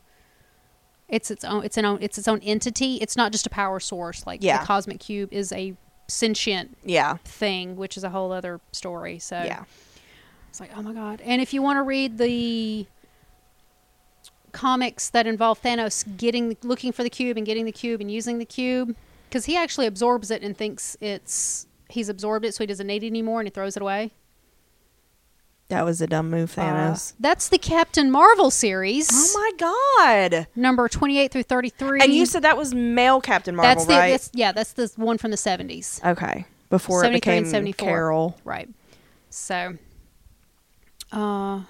[SPEAKER 2] It's its own. It's an own. It's its own entity. It's not just a power source. Like
[SPEAKER 1] Yeah.
[SPEAKER 2] the cosmic cube is a sentient
[SPEAKER 1] Yeah.
[SPEAKER 2] thing, which is a whole other story. So
[SPEAKER 1] Yeah.
[SPEAKER 2] it's like, oh my god! And if you want to read the comics that involve Thanos getting, looking for the cube and getting the cube and using the cube, because he actually absorbs it and thinks it's he's absorbed it, so he doesn't need it anymore, and he throws it away.
[SPEAKER 1] That was a dumb move, Thanos.
[SPEAKER 2] Uh, that's the Captain Marvel series.
[SPEAKER 1] oh my God.
[SPEAKER 2] Number twenty-eight through thirty-three.
[SPEAKER 1] And you said that was male Captain Marvel,
[SPEAKER 2] that's the
[SPEAKER 1] right?
[SPEAKER 2] that's, yeah, that's the one from the seventies.
[SPEAKER 1] okay. Before it
[SPEAKER 2] 73 and
[SPEAKER 1] became
[SPEAKER 2] 74.
[SPEAKER 1] Carol.
[SPEAKER 2] Right. So, uh,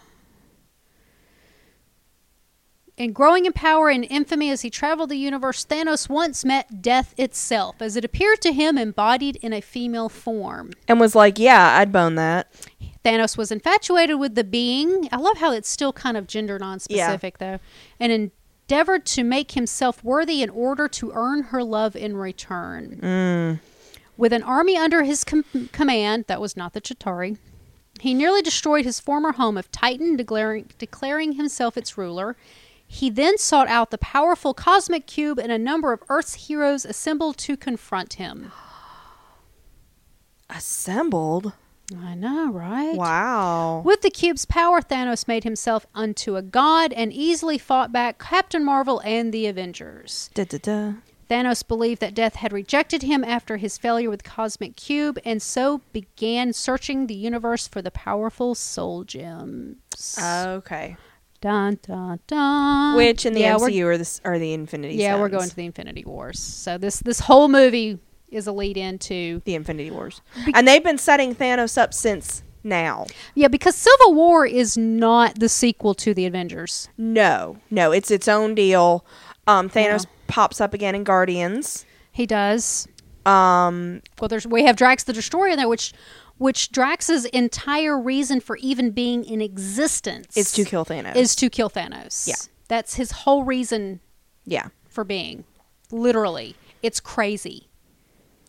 [SPEAKER 2] and growing in power and infamy as he traveled the universe, Thanos once met death itself, as it appeared to him embodied in a female form.
[SPEAKER 1] And was like, yeah, I'd bone that.
[SPEAKER 2] Thanos was infatuated with the being. I love how it's still kind of gender non-specific though, and endeavored to make himself worthy in order to earn her love in return. Mm. With an army under his com- command, that was not the Chitari. He nearly destroyed his former home of Titan, declaring, declaring himself its ruler. He then sought out the powerful cosmic cube, and a number of Earth's heroes assembled to confront him.
[SPEAKER 1] Assembled.
[SPEAKER 2] I know, right?
[SPEAKER 1] Wow.
[SPEAKER 2] With the cube's power, Thanos made himself unto a god and easily fought back Captain Marvel and the Avengers.
[SPEAKER 1] Da, da, da.
[SPEAKER 2] Thanos believed that death had rejected him after his failure with Cosmic Cube and so began searching the universe for the powerful soul gems.
[SPEAKER 1] Okay.
[SPEAKER 2] dun, dun, dun.
[SPEAKER 1] Uh, Which in the
[SPEAKER 2] yeah, we're-
[SPEAKER 1] MCU are the, s- are the Infinity
[SPEAKER 2] Yeah, we're
[SPEAKER 1] Stones.
[SPEAKER 2] going to the Infinity Wars. So this this whole movie is a lead into
[SPEAKER 1] the Infinity Wars. and they've been setting Thanos up since now.
[SPEAKER 2] Yeah, because Civil War is not the sequel to the Avengers.
[SPEAKER 1] No, no, it's its own deal. Um, Thanos
[SPEAKER 2] Yeah.
[SPEAKER 1] pops up again in Guardians.
[SPEAKER 2] He does.
[SPEAKER 1] Um,
[SPEAKER 2] Well, there's we have Drax the Destroyer in there, which which Drax's entire reason for even being in existence
[SPEAKER 1] it's to kill Thanos.
[SPEAKER 2] is to kill Thanos.
[SPEAKER 1] Yeah.
[SPEAKER 2] that's his whole reason
[SPEAKER 1] yeah.
[SPEAKER 2] for being. Literally, it's crazy.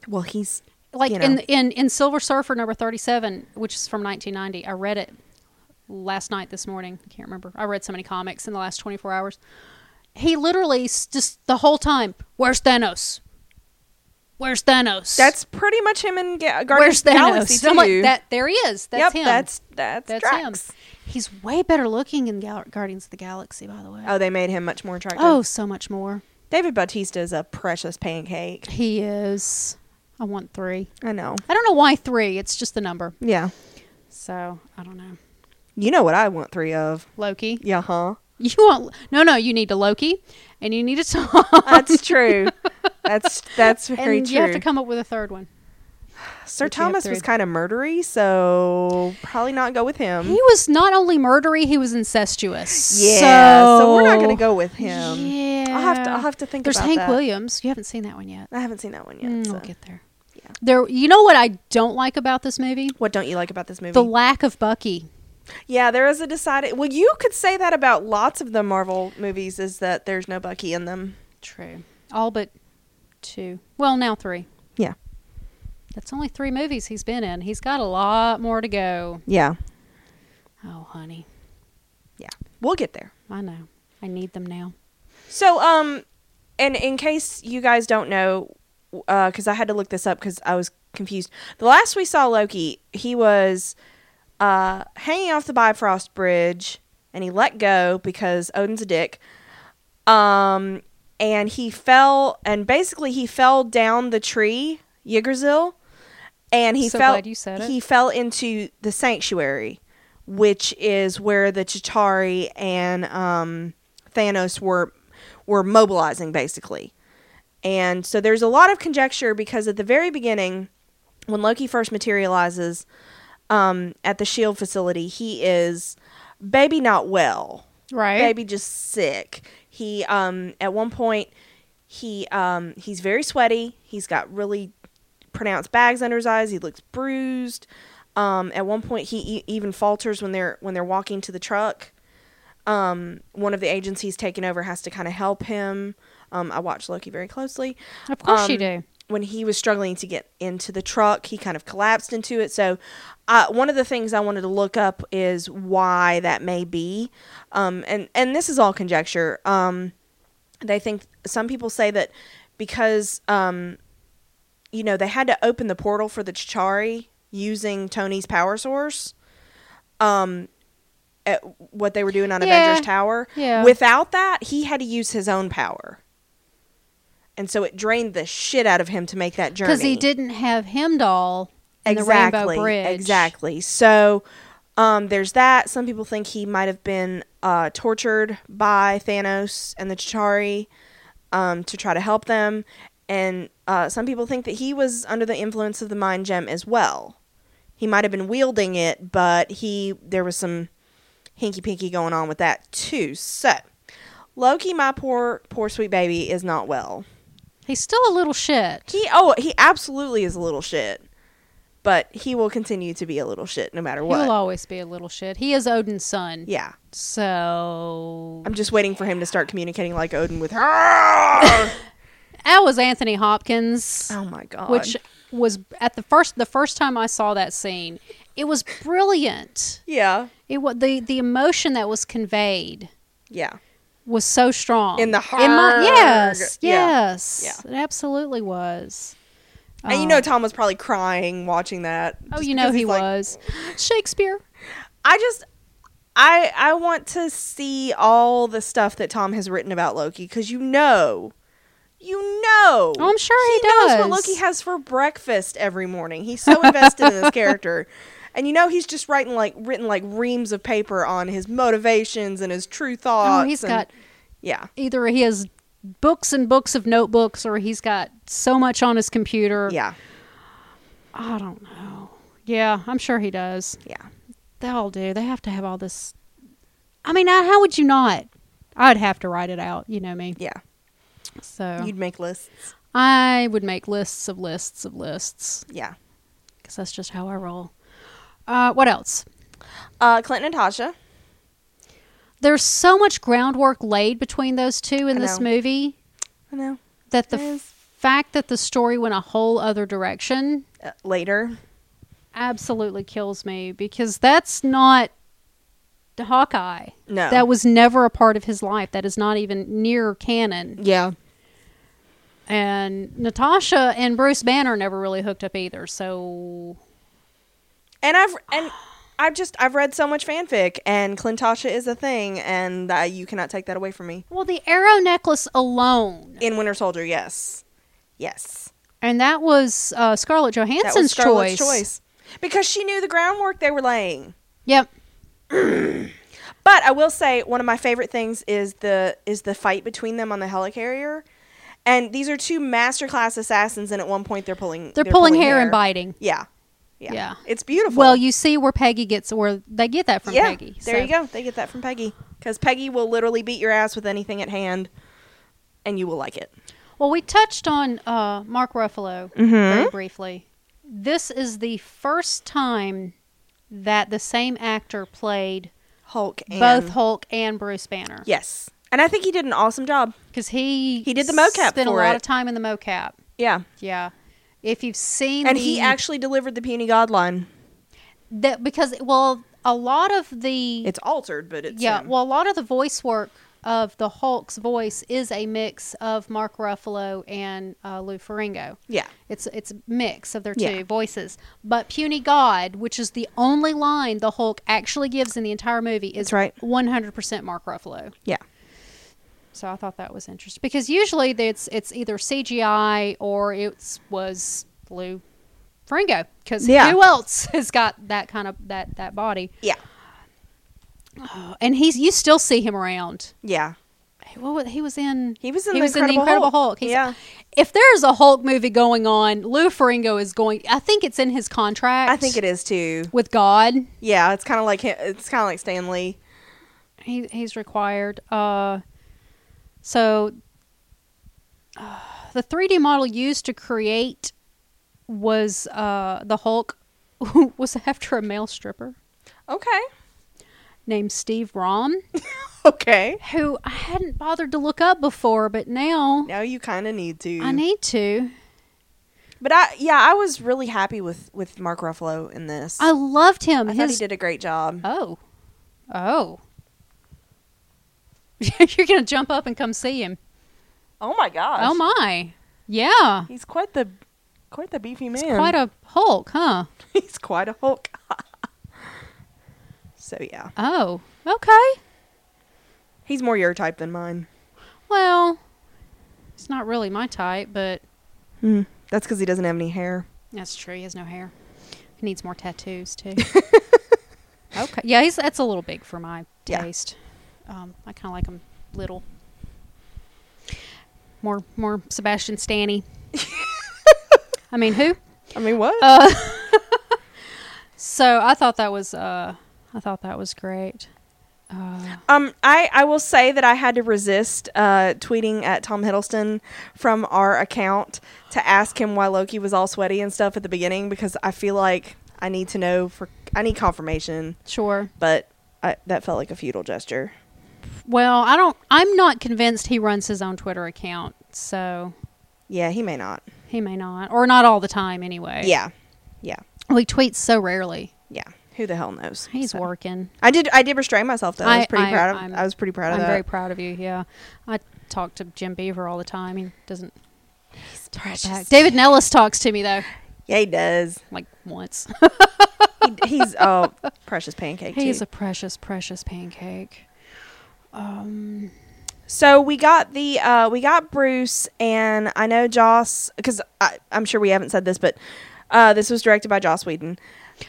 [SPEAKER 1] Well, he's
[SPEAKER 2] Like
[SPEAKER 1] You
[SPEAKER 2] in
[SPEAKER 1] know.
[SPEAKER 2] in in Silver Surfer number thirty seven, which is from nineteen ninety. I read it last night, this morning. I can't remember. I read so many comics in the last twenty four hours. He literally s- just the whole time. Where's Thanos? Where's Thanos?
[SPEAKER 1] That's pretty much him in Ga- Guardians
[SPEAKER 2] where's
[SPEAKER 1] of the
[SPEAKER 2] Thanos?
[SPEAKER 1] Galaxy
[SPEAKER 2] I'm
[SPEAKER 1] too.
[SPEAKER 2] like, that there he is. That's
[SPEAKER 1] yep,
[SPEAKER 2] him.
[SPEAKER 1] that's that's,
[SPEAKER 2] that's
[SPEAKER 1] Drax.
[SPEAKER 2] him. He's way better looking in Gal- Guardians of the Galaxy, by the way.
[SPEAKER 1] Oh, they made him much more attractive.
[SPEAKER 2] oh, so much more.
[SPEAKER 1] David Bautista is a precious pancake.
[SPEAKER 2] He is. I want three.
[SPEAKER 1] I know.
[SPEAKER 2] I don't know why three. It's just the number.
[SPEAKER 1] Yeah.
[SPEAKER 2] So I don't know.
[SPEAKER 1] You know what I want three of.
[SPEAKER 2] Loki.
[SPEAKER 1] Yeah, huh?
[SPEAKER 2] You want no, no. You need a Loki, and you need a Tom.
[SPEAKER 1] That's true. that's that's very
[SPEAKER 2] and
[SPEAKER 1] true.
[SPEAKER 2] you have to come up with a third one.
[SPEAKER 1] Sir
[SPEAKER 2] But you have
[SPEAKER 1] Thomas was
[SPEAKER 2] three.
[SPEAKER 1] kind of murdery, so probably not go with him.
[SPEAKER 2] He was not only murdery, he was incestuous.
[SPEAKER 1] yeah, so, we're not going to go with him.
[SPEAKER 2] Yeah,
[SPEAKER 1] I'll have to I'll have to think
[SPEAKER 2] There's
[SPEAKER 1] about
[SPEAKER 2] Hank
[SPEAKER 1] that.
[SPEAKER 2] Williams. You haven't seen that one yet.
[SPEAKER 1] I haven't seen that one yet.
[SPEAKER 2] Mm,
[SPEAKER 1] so.
[SPEAKER 2] We'll get there.
[SPEAKER 1] yeah.
[SPEAKER 2] There. You know what I don't like about this movie?
[SPEAKER 1] What don't you like about this movie?
[SPEAKER 2] The lack of Bucky.
[SPEAKER 1] yeah, there is a decided. Well, you could say that about lots of the Marvel movies is that there's no Bucky in them.
[SPEAKER 2] True. All but two. Well, now three.
[SPEAKER 1] Yeah.
[SPEAKER 2] That's only three movies he's been in. He's got a lot more to go.
[SPEAKER 1] Yeah.
[SPEAKER 2] Oh, honey.
[SPEAKER 1] Yeah. We'll get there.
[SPEAKER 2] I know. I need them now.
[SPEAKER 1] So, um, and in case you guys don't know, because I had to look this up because I was confused. The last we saw Loki, he was uh, hanging off the Bifrost Bridge, and he let go because Odin's a dick. Um, and he fell, and basically he fell down the tree, Yggdrasil, and he
[SPEAKER 2] So
[SPEAKER 1] fell.
[SPEAKER 2] glad you said it.
[SPEAKER 1] He fell into the sanctuary, which is where the Chitari and um, Thanos were were mobilizing basically. And so there's a lot of conjecture because at the very beginning, when Loki first materializes um, at the Shield facility, he is baby not well,
[SPEAKER 2] Right.
[SPEAKER 1] baby just sick. He um, at one point he um, he's very sweaty. He's got really pronounced bags under his eyes. He looks bruised. Um, at one point, he e- even falters when they're when they're walking to the truck. Um, one of the agents he's taken over has to kind of help him. Um, I watch Loki very closely
[SPEAKER 2] Of course you
[SPEAKER 1] um,
[SPEAKER 2] do.
[SPEAKER 1] when he was struggling to get into the truck, he kind of collapsed into it. So, uh, one of the things I wanted to look up is why that may be, um, and and this is all conjecture. Um, they think some people say that because um, you know they had to open the portal for the Chitari using Tony's power source. Um, at what they were doing on
[SPEAKER 2] Yeah.
[SPEAKER 1] Avengers Tower.
[SPEAKER 2] Yeah.
[SPEAKER 1] Without that, he had to use his own power. And so it drained the shit out of him to make that journey.
[SPEAKER 2] Because he didn't have Hemdall and the Rainbow Bridge.
[SPEAKER 1] Exactly. So um, there's that. Some people think he might have been uh, tortured by Thanos and the Chitari um, to try to help them. And uh, some people think that he was under the influence of the Mind Gem as well. He might have been wielding it, but he there was some hinky pinky going on with that too. So Loki, my poor poor sweet baby, is not well.
[SPEAKER 2] He's still a little shit.
[SPEAKER 1] He oh he absolutely is a little shit, but he will continue to be a little shit no matter what.
[SPEAKER 2] He'll always be a little shit. He is Odin's son.
[SPEAKER 1] yeah,
[SPEAKER 2] So
[SPEAKER 1] I'm just waiting for him to start communicating like Odin with. oh
[SPEAKER 2] that was Anthony Hopkins.
[SPEAKER 1] my god!
[SPEAKER 2] which was at the first the first time I saw that scene, it was brilliant.
[SPEAKER 1] yeah
[SPEAKER 2] It was the the emotion that was conveyed
[SPEAKER 1] yeah
[SPEAKER 2] was so strong
[SPEAKER 1] In the
[SPEAKER 2] my- yes,
[SPEAKER 1] hard- yeah,
[SPEAKER 2] yes, it absolutely was.
[SPEAKER 1] and you know Tom was probably crying watching that.
[SPEAKER 2] Oh,
[SPEAKER 1] just
[SPEAKER 2] you know
[SPEAKER 1] because
[SPEAKER 2] he
[SPEAKER 1] he's like,
[SPEAKER 2] was Shakespeare.
[SPEAKER 1] I just. I, I want to see all the stuff that Tom has written about Loki because you know, you know.
[SPEAKER 2] Oh, I'm sure he,
[SPEAKER 1] knows
[SPEAKER 2] does.
[SPEAKER 1] what Loki has for breakfast every morning. He's so invested in this character. And you know he's just writing like written like reams of paper on his motivations and his true
[SPEAKER 2] Oh,
[SPEAKER 1] thoughts.
[SPEAKER 2] he's
[SPEAKER 1] and-
[SPEAKER 2] got
[SPEAKER 1] yeah,
[SPEAKER 2] either he has books and books of notebooks, or he's got so much on his computer.
[SPEAKER 1] yeah,
[SPEAKER 2] I don't know. Yeah, I'm sure he does.
[SPEAKER 1] yeah.
[SPEAKER 2] They all do. They have to have all this. I mean, I- how would you not? I'd have to write it out. You know me.
[SPEAKER 1] Yeah,
[SPEAKER 2] So
[SPEAKER 1] you'd make lists.
[SPEAKER 2] I would make lists of lists of lists
[SPEAKER 1] Yeah,
[SPEAKER 2] because that's just how I roll. Uh, what else?
[SPEAKER 1] uh, Clint and Tasha.
[SPEAKER 2] There's so much groundwork laid between those two in
[SPEAKER 1] I
[SPEAKER 2] this
[SPEAKER 1] know.
[SPEAKER 2] movie
[SPEAKER 1] I know.
[SPEAKER 2] that the
[SPEAKER 1] Yes.
[SPEAKER 2] fact that the story went a whole other direction
[SPEAKER 1] Uh, later,
[SPEAKER 2] absolutely kills me because that's not Hawkeye.
[SPEAKER 1] no.
[SPEAKER 2] That was never a part of his life. That is not even near canon.
[SPEAKER 1] yeah.
[SPEAKER 2] And Natasha and Bruce Banner never really hooked up either. So
[SPEAKER 1] And I've and I've just I've read so much fanfic, and Clintasha is a thing, and uh, you cannot take that away from me.
[SPEAKER 2] well, the arrow necklace alone,
[SPEAKER 1] In Winter Soldier, yes, yes,
[SPEAKER 2] and that was uh, Scarlett Johansson's
[SPEAKER 1] that was Scarlett's choice
[SPEAKER 2] choice.
[SPEAKER 1] because she knew the groundwork they were laying.
[SPEAKER 2] Yep.
[SPEAKER 1] But I will say one of my favorite things is the is the fight between them on the helicarrier, and these are two masterclass assassins, and at one point they're pulling
[SPEAKER 2] They're, pulling, hair, and biting.
[SPEAKER 1] Yeah, yeah,
[SPEAKER 2] Yeah.
[SPEAKER 1] It's beautiful.
[SPEAKER 2] Well, you see where Peggy gets where they get that from
[SPEAKER 1] yeah,
[SPEAKER 2] Peggy.
[SPEAKER 1] there
[SPEAKER 2] so-
[SPEAKER 1] you go. They get that from Peggy because Peggy will literally beat your ass with anything at hand, and you will like it.
[SPEAKER 2] Well, we touched on uh, Mark Ruffalo
[SPEAKER 1] Mm-hmm.
[SPEAKER 2] very briefly. This is the first time that the same actor played
[SPEAKER 1] Hulk and
[SPEAKER 2] both Hulk and Bruce Banner.
[SPEAKER 1] Yes. And I think he did an awesome job.
[SPEAKER 2] because he
[SPEAKER 1] He did the mocap
[SPEAKER 2] Spent
[SPEAKER 1] for
[SPEAKER 2] a lot
[SPEAKER 1] it.
[SPEAKER 2] of time in the mocap.
[SPEAKER 1] Yeah.
[SPEAKER 2] Yeah, if you've seen
[SPEAKER 1] And he
[SPEAKER 2] the-
[SPEAKER 1] actually delivered the Peony God line.
[SPEAKER 2] that because well a lot of the
[SPEAKER 1] It's altered, but it's
[SPEAKER 2] yeah
[SPEAKER 1] him.
[SPEAKER 2] well a lot of the voice work of the Hulk's voice is a mix of Mark Ruffalo and uh, Lou Ferrigno.
[SPEAKER 1] yeah.
[SPEAKER 2] It's it's a mix of their two
[SPEAKER 1] Yeah.
[SPEAKER 2] voices. But Puny God, which is the only line the Hulk actually gives in the entire movie, is
[SPEAKER 1] That's right.
[SPEAKER 2] 100% Mark Ruffalo.
[SPEAKER 1] Yeah.
[SPEAKER 2] So I thought that was interesting because usually it's it's either CGI or it was Lou Frango because
[SPEAKER 1] Yeah.
[SPEAKER 2] who else has got that kind of that that body? Uh,
[SPEAKER 1] Yeah.
[SPEAKER 2] And he's you still see him around.
[SPEAKER 1] Yeah.
[SPEAKER 2] What was, he was in?
[SPEAKER 1] He was in
[SPEAKER 2] he
[SPEAKER 1] the
[SPEAKER 2] was in the
[SPEAKER 1] Incredible
[SPEAKER 2] Incredible Hulk.
[SPEAKER 1] Hulk.
[SPEAKER 2] He's-
[SPEAKER 1] Yeah.
[SPEAKER 2] If there is a Hulk movie going on, Lou Ferringo is going. I think it's in his contract.
[SPEAKER 1] I think it is too.
[SPEAKER 2] with God.
[SPEAKER 1] Yeah, it's kind of like him, it's kind of like Stanley.
[SPEAKER 2] He he's required. Uh, so uh, the 3D model used to create was uh, the Hulk was after a male stripper
[SPEAKER 1] Okay.
[SPEAKER 2] named Steve Rom,
[SPEAKER 1] Okay.
[SPEAKER 2] who I hadn't bothered to look up before, but now
[SPEAKER 1] Now you kind of need to.
[SPEAKER 2] I need to.
[SPEAKER 1] But I yeah, I was really happy with with Mark Ruffalo in this.
[SPEAKER 2] I loved him.
[SPEAKER 1] I thought he
[SPEAKER 2] His
[SPEAKER 1] did a great job.
[SPEAKER 2] oh oh. You're gonna jump up and come see him.
[SPEAKER 1] Oh my gosh.
[SPEAKER 2] Oh my, yeah.
[SPEAKER 1] He's quite the quite the beefy man.
[SPEAKER 2] It's quite a Hulk, huh?
[SPEAKER 1] He's quite a Hulk. so yeah.
[SPEAKER 2] Oh, okay.
[SPEAKER 1] He's more your type than mine.
[SPEAKER 2] Well, it's not really my type, but
[SPEAKER 1] Hmm. That's because he doesn't have any hair.
[SPEAKER 2] that's true. He has no hair. He needs more tattoos too. okay. Yeah, he's that's a little big for my
[SPEAKER 1] Yeah.
[SPEAKER 2] taste. Um, I kind of like him little. More, more Sebastian Stanny. I mean, who?
[SPEAKER 1] I mean, what?
[SPEAKER 2] So I thought that was, uh, I thought that was great. Uh,
[SPEAKER 1] um, I I will say that I had to resist uh, tweeting at Tom Hiddleston from our account to ask him why Loki was all sweaty and stuff at the beginning because I feel like I need to know for I need confirmation,
[SPEAKER 2] sure.
[SPEAKER 1] but I, that felt like a futile gesture.
[SPEAKER 2] Well, I don't. I'm not convinced he runs his own Twitter account, so
[SPEAKER 1] Yeah, he may not.
[SPEAKER 2] he may not, or not all the time anyway.
[SPEAKER 1] Yeah, yeah,
[SPEAKER 2] we tweet so rarely.
[SPEAKER 1] yeah. Who the hell knows?
[SPEAKER 2] He's
[SPEAKER 1] So-
[SPEAKER 2] working.
[SPEAKER 1] I did. I did restrain myself though. I, was
[SPEAKER 2] I-
[SPEAKER 1] pretty
[SPEAKER 2] I-
[SPEAKER 1] proud of.
[SPEAKER 2] I'm-
[SPEAKER 1] I was pretty proud of
[SPEAKER 2] I'm
[SPEAKER 1] that.
[SPEAKER 2] very proud of you. Yeah, I talk to Jim Beaver all the time. He doesn't talk back. David Nellis talks to me though,
[SPEAKER 1] yeah, he does.
[SPEAKER 2] like once.
[SPEAKER 1] He, he's oh, precious pancake.
[SPEAKER 2] he
[SPEAKER 1] too.
[SPEAKER 2] is a precious, precious pancake. Um,
[SPEAKER 1] So we got the uh, we got Bruce and I know Joss because I'm sure we haven't said this, but uh, this was directed by Joss Whedon.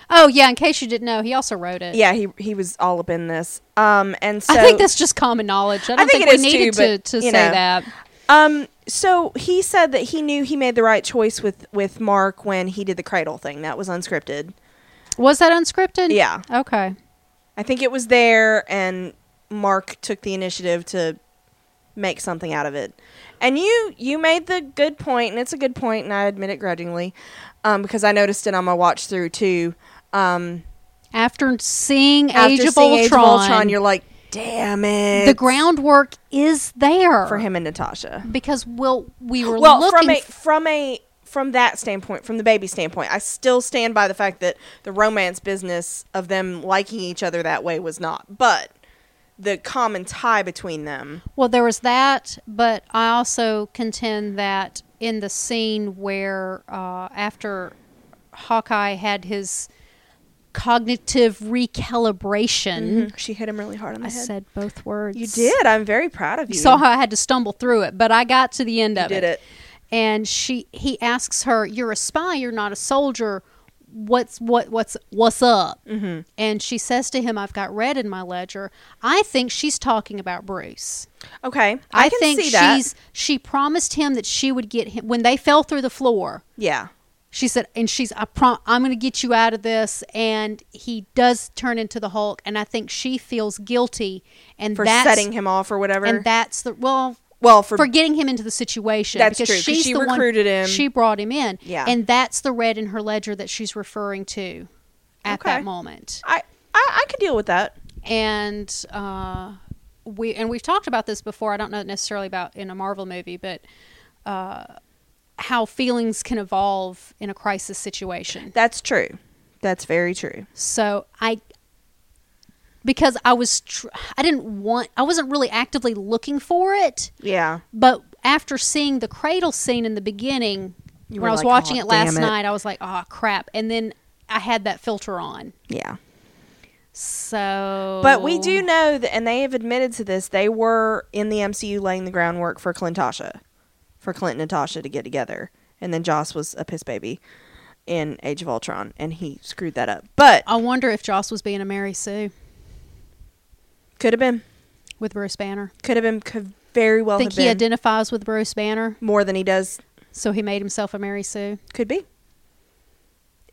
[SPEAKER 2] oh yeah, in case you didn't know, he also wrote it.
[SPEAKER 1] Yeah, he he was all up in this. Um, and so
[SPEAKER 2] I think that's just common knowledge. I don't
[SPEAKER 1] think
[SPEAKER 2] think,
[SPEAKER 1] it
[SPEAKER 2] we
[SPEAKER 1] is too,
[SPEAKER 2] needed
[SPEAKER 1] but,
[SPEAKER 2] to, to
[SPEAKER 1] you
[SPEAKER 2] say
[SPEAKER 1] know.
[SPEAKER 2] that.
[SPEAKER 1] Um, so he said that he knew he made the right choice with with Mark when he did the cradle thing. That was unscripted.
[SPEAKER 2] Was that unscripted?
[SPEAKER 1] Yeah.
[SPEAKER 2] Okay.
[SPEAKER 1] I think it was there, and Mark took the initiative to make something out of it. And you you made the good point, and it's a good point, and I admit it grudgingly, um, because I noticed it on my watch through too. Um,
[SPEAKER 2] After seeing Age,
[SPEAKER 1] after
[SPEAKER 2] of,
[SPEAKER 1] seeing
[SPEAKER 2] Ultron,
[SPEAKER 1] Age of Ultron, you're like, damn it,
[SPEAKER 2] the groundwork is there
[SPEAKER 1] for him and Natasha.
[SPEAKER 2] because well we were
[SPEAKER 1] Well,
[SPEAKER 2] looking
[SPEAKER 1] from a
[SPEAKER 2] f-
[SPEAKER 1] from a from that standpoint, from the baby standpoint, I still stand by the fact that the romance business of them liking each other that way was not. But the common tie between them.
[SPEAKER 2] Well, there was that, but I also contend that in the scene where uh, after Hawkeye had his cognitive recalibration,
[SPEAKER 1] She hit him really hard on the
[SPEAKER 2] Mm-hmm. I
[SPEAKER 1] head.
[SPEAKER 2] said both words.
[SPEAKER 1] Mm-hmm. you did. I'm very proud of you.
[SPEAKER 2] You saw how I had to stumble through it, but I got to the end
[SPEAKER 1] You
[SPEAKER 2] of
[SPEAKER 1] did
[SPEAKER 2] it.
[SPEAKER 1] it.
[SPEAKER 2] And she, he asks her, "You're a spy. You're not a soldier. What's what? What's what's up?" Mm-hmm. And she says to him, "I've got red in my ledger." I think she's talking about Bruce.
[SPEAKER 1] Okay, I,
[SPEAKER 2] I,
[SPEAKER 1] can
[SPEAKER 2] think
[SPEAKER 1] see that.
[SPEAKER 2] she's she promised him that she would get him when they fell through the floor.
[SPEAKER 1] yeah,
[SPEAKER 2] She said, and she's I prom- I'm going to get you out of this, and he does turn into the Hulk, and I think she feels guilty, and
[SPEAKER 1] for
[SPEAKER 2] that's
[SPEAKER 1] setting him off or whatever.
[SPEAKER 2] and that's the well
[SPEAKER 1] well, for,
[SPEAKER 2] for, getting him into the situation.
[SPEAKER 1] That's true, 'cause she
[SPEAKER 2] one-
[SPEAKER 1] recruited him.
[SPEAKER 2] She brought him in,
[SPEAKER 1] Yeah.
[SPEAKER 2] and that's the red in her ledger that she's referring to at
[SPEAKER 1] Okay.
[SPEAKER 2] that moment
[SPEAKER 1] I, I I could deal with that.
[SPEAKER 2] and uh, we and we've talked about this before. I don't know necessarily about in a Marvel movie, but uh, how feelings can evolve in a crisis situation.
[SPEAKER 1] That's true. That's very true.
[SPEAKER 2] So I, because I was, tr- I didn't want, I wasn't really actively looking for it,
[SPEAKER 1] Yeah,
[SPEAKER 2] but after seeing the cradle scene in the beginning,
[SPEAKER 1] You
[SPEAKER 2] when
[SPEAKER 1] were
[SPEAKER 2] I was
[SPEAKER 1] like,
[SPEAKER 2] watching
[SPEAKER 1] "Aw,
[SPEAKER 2] it last
[SPEAKER 1] damn it."
[SPEAKER 2] night, I was like, oh crap, and then I had that filter on.
[SPEAKER 1] yeah.
[SPEAKER 2] So,
[SPEAKER 1] But we
[SPEAKER 2] Oh.
[SPEAKER 1] do know that, and they have admitted to this. They were in the MCU laying the groundwork for Clintasha, for Clint and Natasha to get together, and then Joss was a piss baby in Age of Ultron, and he screwed that up. But
[SPEAKER 2] I wonder if Joss was being a Mary Sue.
[SPEAKER 1] could have been,
[SPEAKER 2] with Bruce Banner.
[SPEAKER 1] could have been, could very well
[SPEAKER 2] I think
[SPEAKER 1] have been
[SPEAKER 2] he identifies with Bruce Banner,
[SPEAKER 1] more than he does.
[SPEAKER 2] so he made himself a Mary Sue.
[SPEAKER 1] Could be.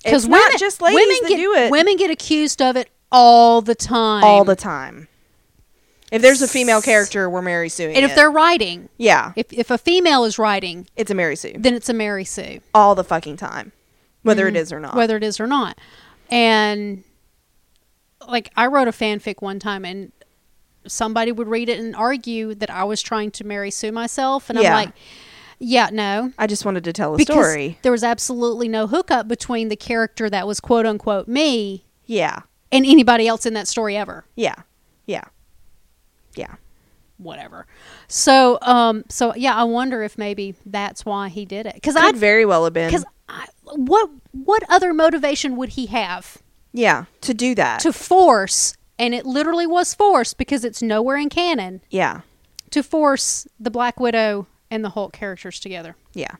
[SPEAKER 1] It's not just ladies
[SPEAKER 2] women
[SPEAKER 1] that
[SPEAKER 2] get,
[SPEAKER 1] do it
[SPEAKER 2] Women get accused of it all the time.
[SPEAKER 1] all the time. If there's a female character, we're Mary Sue.
[SPEAKER 2] And if they're writing,
[SPEAKER 1] yeah,
[SPEAKER 2] if if a female is writing,
[SPEAKER 1] it's a Mary Sue
[SPEAKER 2] then it's a Mary Sue,
[SPEAKER 1] all the fucking time, whether it is or not.
[SPEAKER 2] Mm-hmm. whether it is or not. And like I wrote a fanfic one time, and somebody would read it and argue that I was trying to Mary Sue myself, and
[SPEAKER 1] Yeah.
[SPEAKER 2] I'm like, yeah, no,
[SPEAKER 1] I just wanted to tell a
[SPEAKER 2] because
[SPEAKER 1] story.
[SPEAKER 2] there was absolutely no hookup between the character that was quote unquote me
[SPEAKER 1] Yeah,
[SPEAKER 2] and anybody else in that story ever.
[SPEAKER 1] yeah, yeah, yeah.
[SPEAKER 2] Whatever. So, um, so yeah, I wonder if maybe that's why he did it. Because I,
[SPEAKER 1] Could very well have been.
[SPEAKER 2] because what what other motivation would he have
[SPEAKER 1] Yeah, to do that.
[SPEAKER 2] to force? And it literally was forced because it's nowhere in canon
[SPEAKER 1] yeah,
[SPEAKER 2] to force the Black Widow and the Hulk characters together.
[SPEAKER 1] yeah.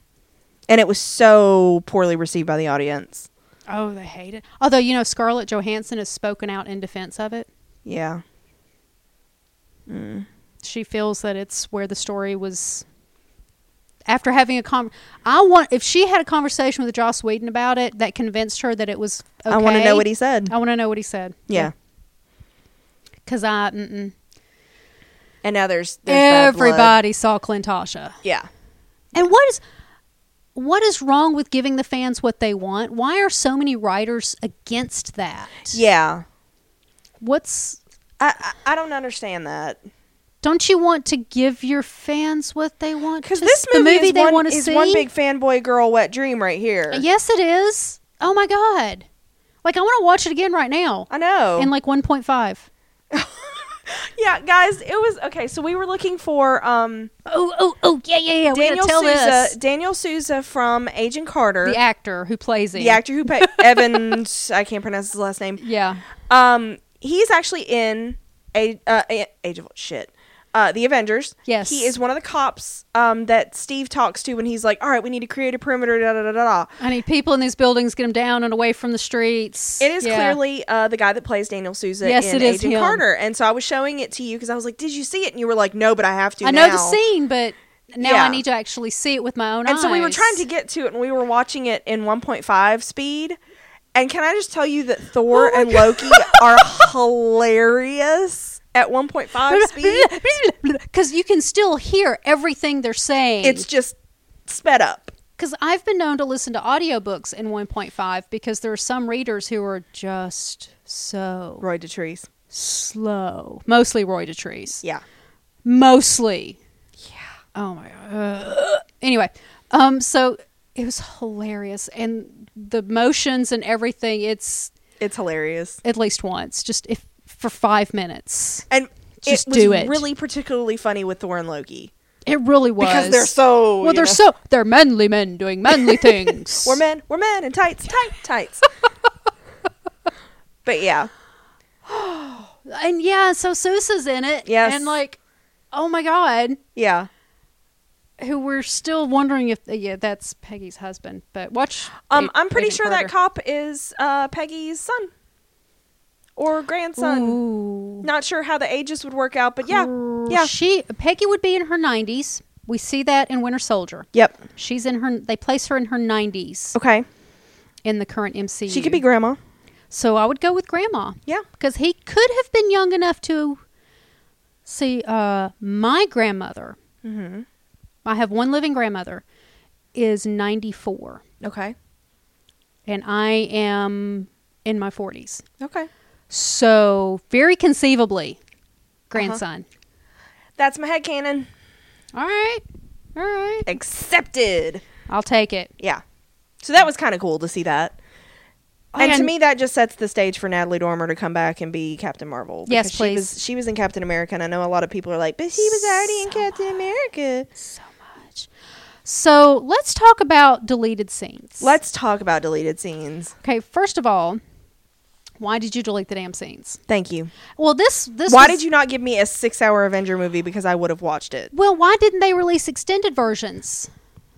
[SPEAKER 1] And it was so poorly received by the audience.
[SPEAKER 2] Oh, they hate it. Although you know, Scarlett Johansson has spoken out in defense of it.
[SPEAKER 1] Yeah,
[SPEAKER 2] she feels that it's where the story was after having a con I want if she had a conversation with Joss Whedon about it that convinced her that it was okay. Oh,
[SPEAKER 1] I want to know what he said.
[SPEAKER 2] I want to know what he said.
[SPEAKER 1] yeah.
[SPEAKER 2] Cuz I mm-mm.
[SPEAKER 1] and now there's, there's bad blood.
[SPEAKER 2] everybody saw Clintasha.
[SPEAKER 1] Yeah,
[SPEAKER 2] And what is what is wrong with giving the fans what they want? Why are so many writers against that?
[SPEAKER 1] yeah.
[SPEAKER 2] What's
[SPEAKER 1] I I, I don't understand that.
[SPEAKER 2] don't you want to give your fans what they want?
[SPEAKER 1] Because
[SPEAKER 2] to-
[SPEAKER 1] this movie,
[SPEAKER 2] the movie
[SPEAKER 1] is,
[SPEAKER 2] they
[SPEAKER 1] one,
[SPEAKER 2] want to
[SPEAKER 1] is
[SPEAKER 2] see
[SPEAKER 1] one big fanboy girl wet dream right here.
[SPEAKER 2] Yes, it is. Oh my god! Like I want to watch it again right now
[SPEAKER 1] I know.
[SPEAKER 2] in like 1.5.
[SPEAKER 1] yeah, guys, it was okay. So we were looking for um,
[SPEAKER 2] Oh oh oh yeah yeah yeah. We're
[SPEAKER 1] Daniel
[SPEAKER 2] gonna tell
[SPEAKER 1] Souza,
[SPEAKER 2] this
[SPEAKER 1] Daniel Souza from Agent Carter,
[SPEAKER 2] the
[SPEAKER 1] the,
[SPEAKER 2] actor who plays him.
[SPEAKER 1] actor who played Evans. I can't pronounce his last name.
[SPEAKER 2] Yeah.
[SPEAKER 1] Um, he's actually in a uh, A- Age of shit. Uh, the Avengers.
[SPEAKER 2] Yes.
[SPEAKER 1] he is one of the cops um, that Steve talks to when he's like, "All right, we need to create a perimeter." Da da da da. da.
[SPEAKER 2] I need people in these buildings. Get them down and away from the streets.
[SPEAKER 1] It is
[SPEAKER 2] Yeah.
[SPEAKER 1] clearly uh, the guy that plays Daniel Souza
[SPEAKER 2] Yes,
[SPEAKER 1] in
[SPEAKER 2] it is
[SPEAKER 1] Agent
[SPEAKER 2] him.
[SPEAKER 1] Carter, and so I was showing it to you because I was like, "Did you see it?" And you were like, "No, but I have to."
[SPEAKER 2] I know the
[SPEAKER 1] now."
[SPEAKER 2] scene, but now
[SPEAKER 1] Yeah.
[SPEAKER 2] I need to actually see it with my own eyes.
[SPEAKER 1] And so we were trying to get to it, and we were watching it in 1.5 speed. And can I just tell you that
[SPEAKER 2] Oh
[SPEAKER 1] Thor and Loki are hilarious at 1.5 speed?
[SPEAKER 2] because you can still hear everything they're saying.
[SPEAKER 1] It's just sped up.
[SPEAKER 2] because I've been known to listen to audiobooks in 1.5 because there are some readers who are just so
[SPEAKER 1] Roy Detrice.
[SPEAKER 2] slow. Mostly Roy Detrice.
[SPEAKER 1] Yeah.
[SPEAKER 2] Mostly. Yeah. Oh my god. Ugh. Anyway, um, so it was hilarious, and the motions and everything. It's
[SPEAKER 1] It's hilarious.
[SPEAKER 2] at least once, just if for five minutes.
[SPEAKER 1] And
[SPEAKER 2] Just
[SPEAKER 1] it was
[SPEAKER 2] do it.
[SPEAKER 1] really particularly funny with Thor and Loki
[SPEAKER 2] It really was
[SPEAKER 1] because they're so
[SPEAKER 2] well.
[SPEAKER 1] you
[SPEAKER 2] They're
[SPEAKER 1] know,
[SPEAKER 2] so they're manly men doing manly things.
[SPEAKER 1] we're men we're men in tights tight tights. but yeah,
[SPEAKER 2] and yeah. So Sousa's in it.
[SPEAKER 1] Yes.
[SPEAKER 2] and like, oh my god,
[SPEAKER 1] yeah.
[SPEAKER 2] who we're still wondering if yeah that's Peggy's husband. But watch.
[SPEAKER 1] Um,
[SPEAKER 2] A-
[SPEAKER 1] I'm pretty
[SPEAKER 2] Agent
[SPEAKER 1] sure
[SPEAKER 2] Carter.
[SPEAKER 1] that cop is uh, Peggy's son or grandson.
[SPEAKER 2] Ooh.
[SPEAKER 1] Not sure how the ages would work out, but yeah, yeah,
[SPEAKER 2] She Peggy would be in her 90s. We see that in Winter Soldier.
[SPEAKER 1] yep.
[SPEAKER 2] She's in her. They place her in her 90s
[SPEAKER 1] Okay,
[SPEAKER 2] in the current MCU.
[SPEAKER 1] Oh. she could be grandma.
[SPEAKER 2] So I would go with Grandma
[SPEAKER 1] Yeah,
[SPEAKER 2] because he could have been young enough to see uh, my grandmother.
[SPEAKER 1] Mhm.
[SPEAKER 2] I have one living grandmother is 94,
[SPEAKER 1] okay,
[SPEAKER 2] and I am in my 40s.
[SPEAKER 1] okay.
[SPEAKER 2] So very conceivably,
[SPEAKER 1] Uh-huh.
[SPEAKER 2] grandson.
[SPEAKER 1] That's my head cannon.
[SPEAKER 2] All right, all right.
[SPEAKER 1] Accepted.
[SPEAKER 2] I'll take it.
[SPEAKER 1] Yeah. So that was kind of cool to see that. and to
[SPEAKER 2] and-
[SPEAKER 1] me, that just sets the stage for Natalie Dormer to come back and be Captain Marvel.
[SPEAKER 2] Yes,
[SPEAKER 1] because She
[SPEAKER 2] please.
[SPEAKER 1] was, she was in Captain America, and I know a lot of people are like, but she was already in
[SPEAKER 2] So
[SPEAKER 1] Captain America.
[SPEAKER 2] So much. So let's talk about deleted scenes.
[SPEAKER 1] Let's talk about deleted scenes.
[SPEAKER 2] Okay, first of all, why did you delete the damn scenes?
[SPEAKER 1] Thank you.
[SPEAKER 2] Well, this this
[SPEAKER 1] Why
[SPEAKER 2] was-
[SPEAKER 1] did you not give me a six-hour Avenger movie because I would have watched it?
[SPEAKER 2] Well, why didn't they release extended versions?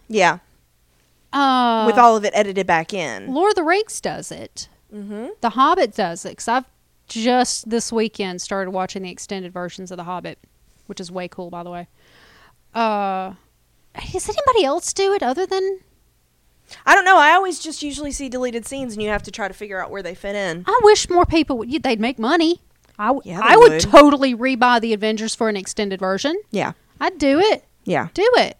[SPEAKER 1] Yeah,
[SPEAKER 2] Uh,
[SPEAKER 1] with all of it edited back in.
[SPEAKER 2] Lord of the Rings does it.
[SPEAKER 1] Mm-hmm.
[SPEAKER 2] The Hobbit does it. Cause I've just this weekend started watching the extended versions of The Hobbit, which is way cool, by the way. Uh, does anybody else do it other than
[SPEAKER 1] I don't know. I always just usually see deleted scenes, and you have to try to figure out where they fit in.
[SPEAKER 2] I wish more people would. They'd make money. I, w-
[SPEAKER 1] Yeah, they
[SPEAKER 2] I would,
[SPEAKER 1] would.
[SPEAKER 2] totally rebuy the Avengers for an extended version.
[SPEAKER 1] Yeah,
[SPEAKER 2] I'd do it.
[SPEAKER 1] yeah.
[SPEAKER 2] Do it.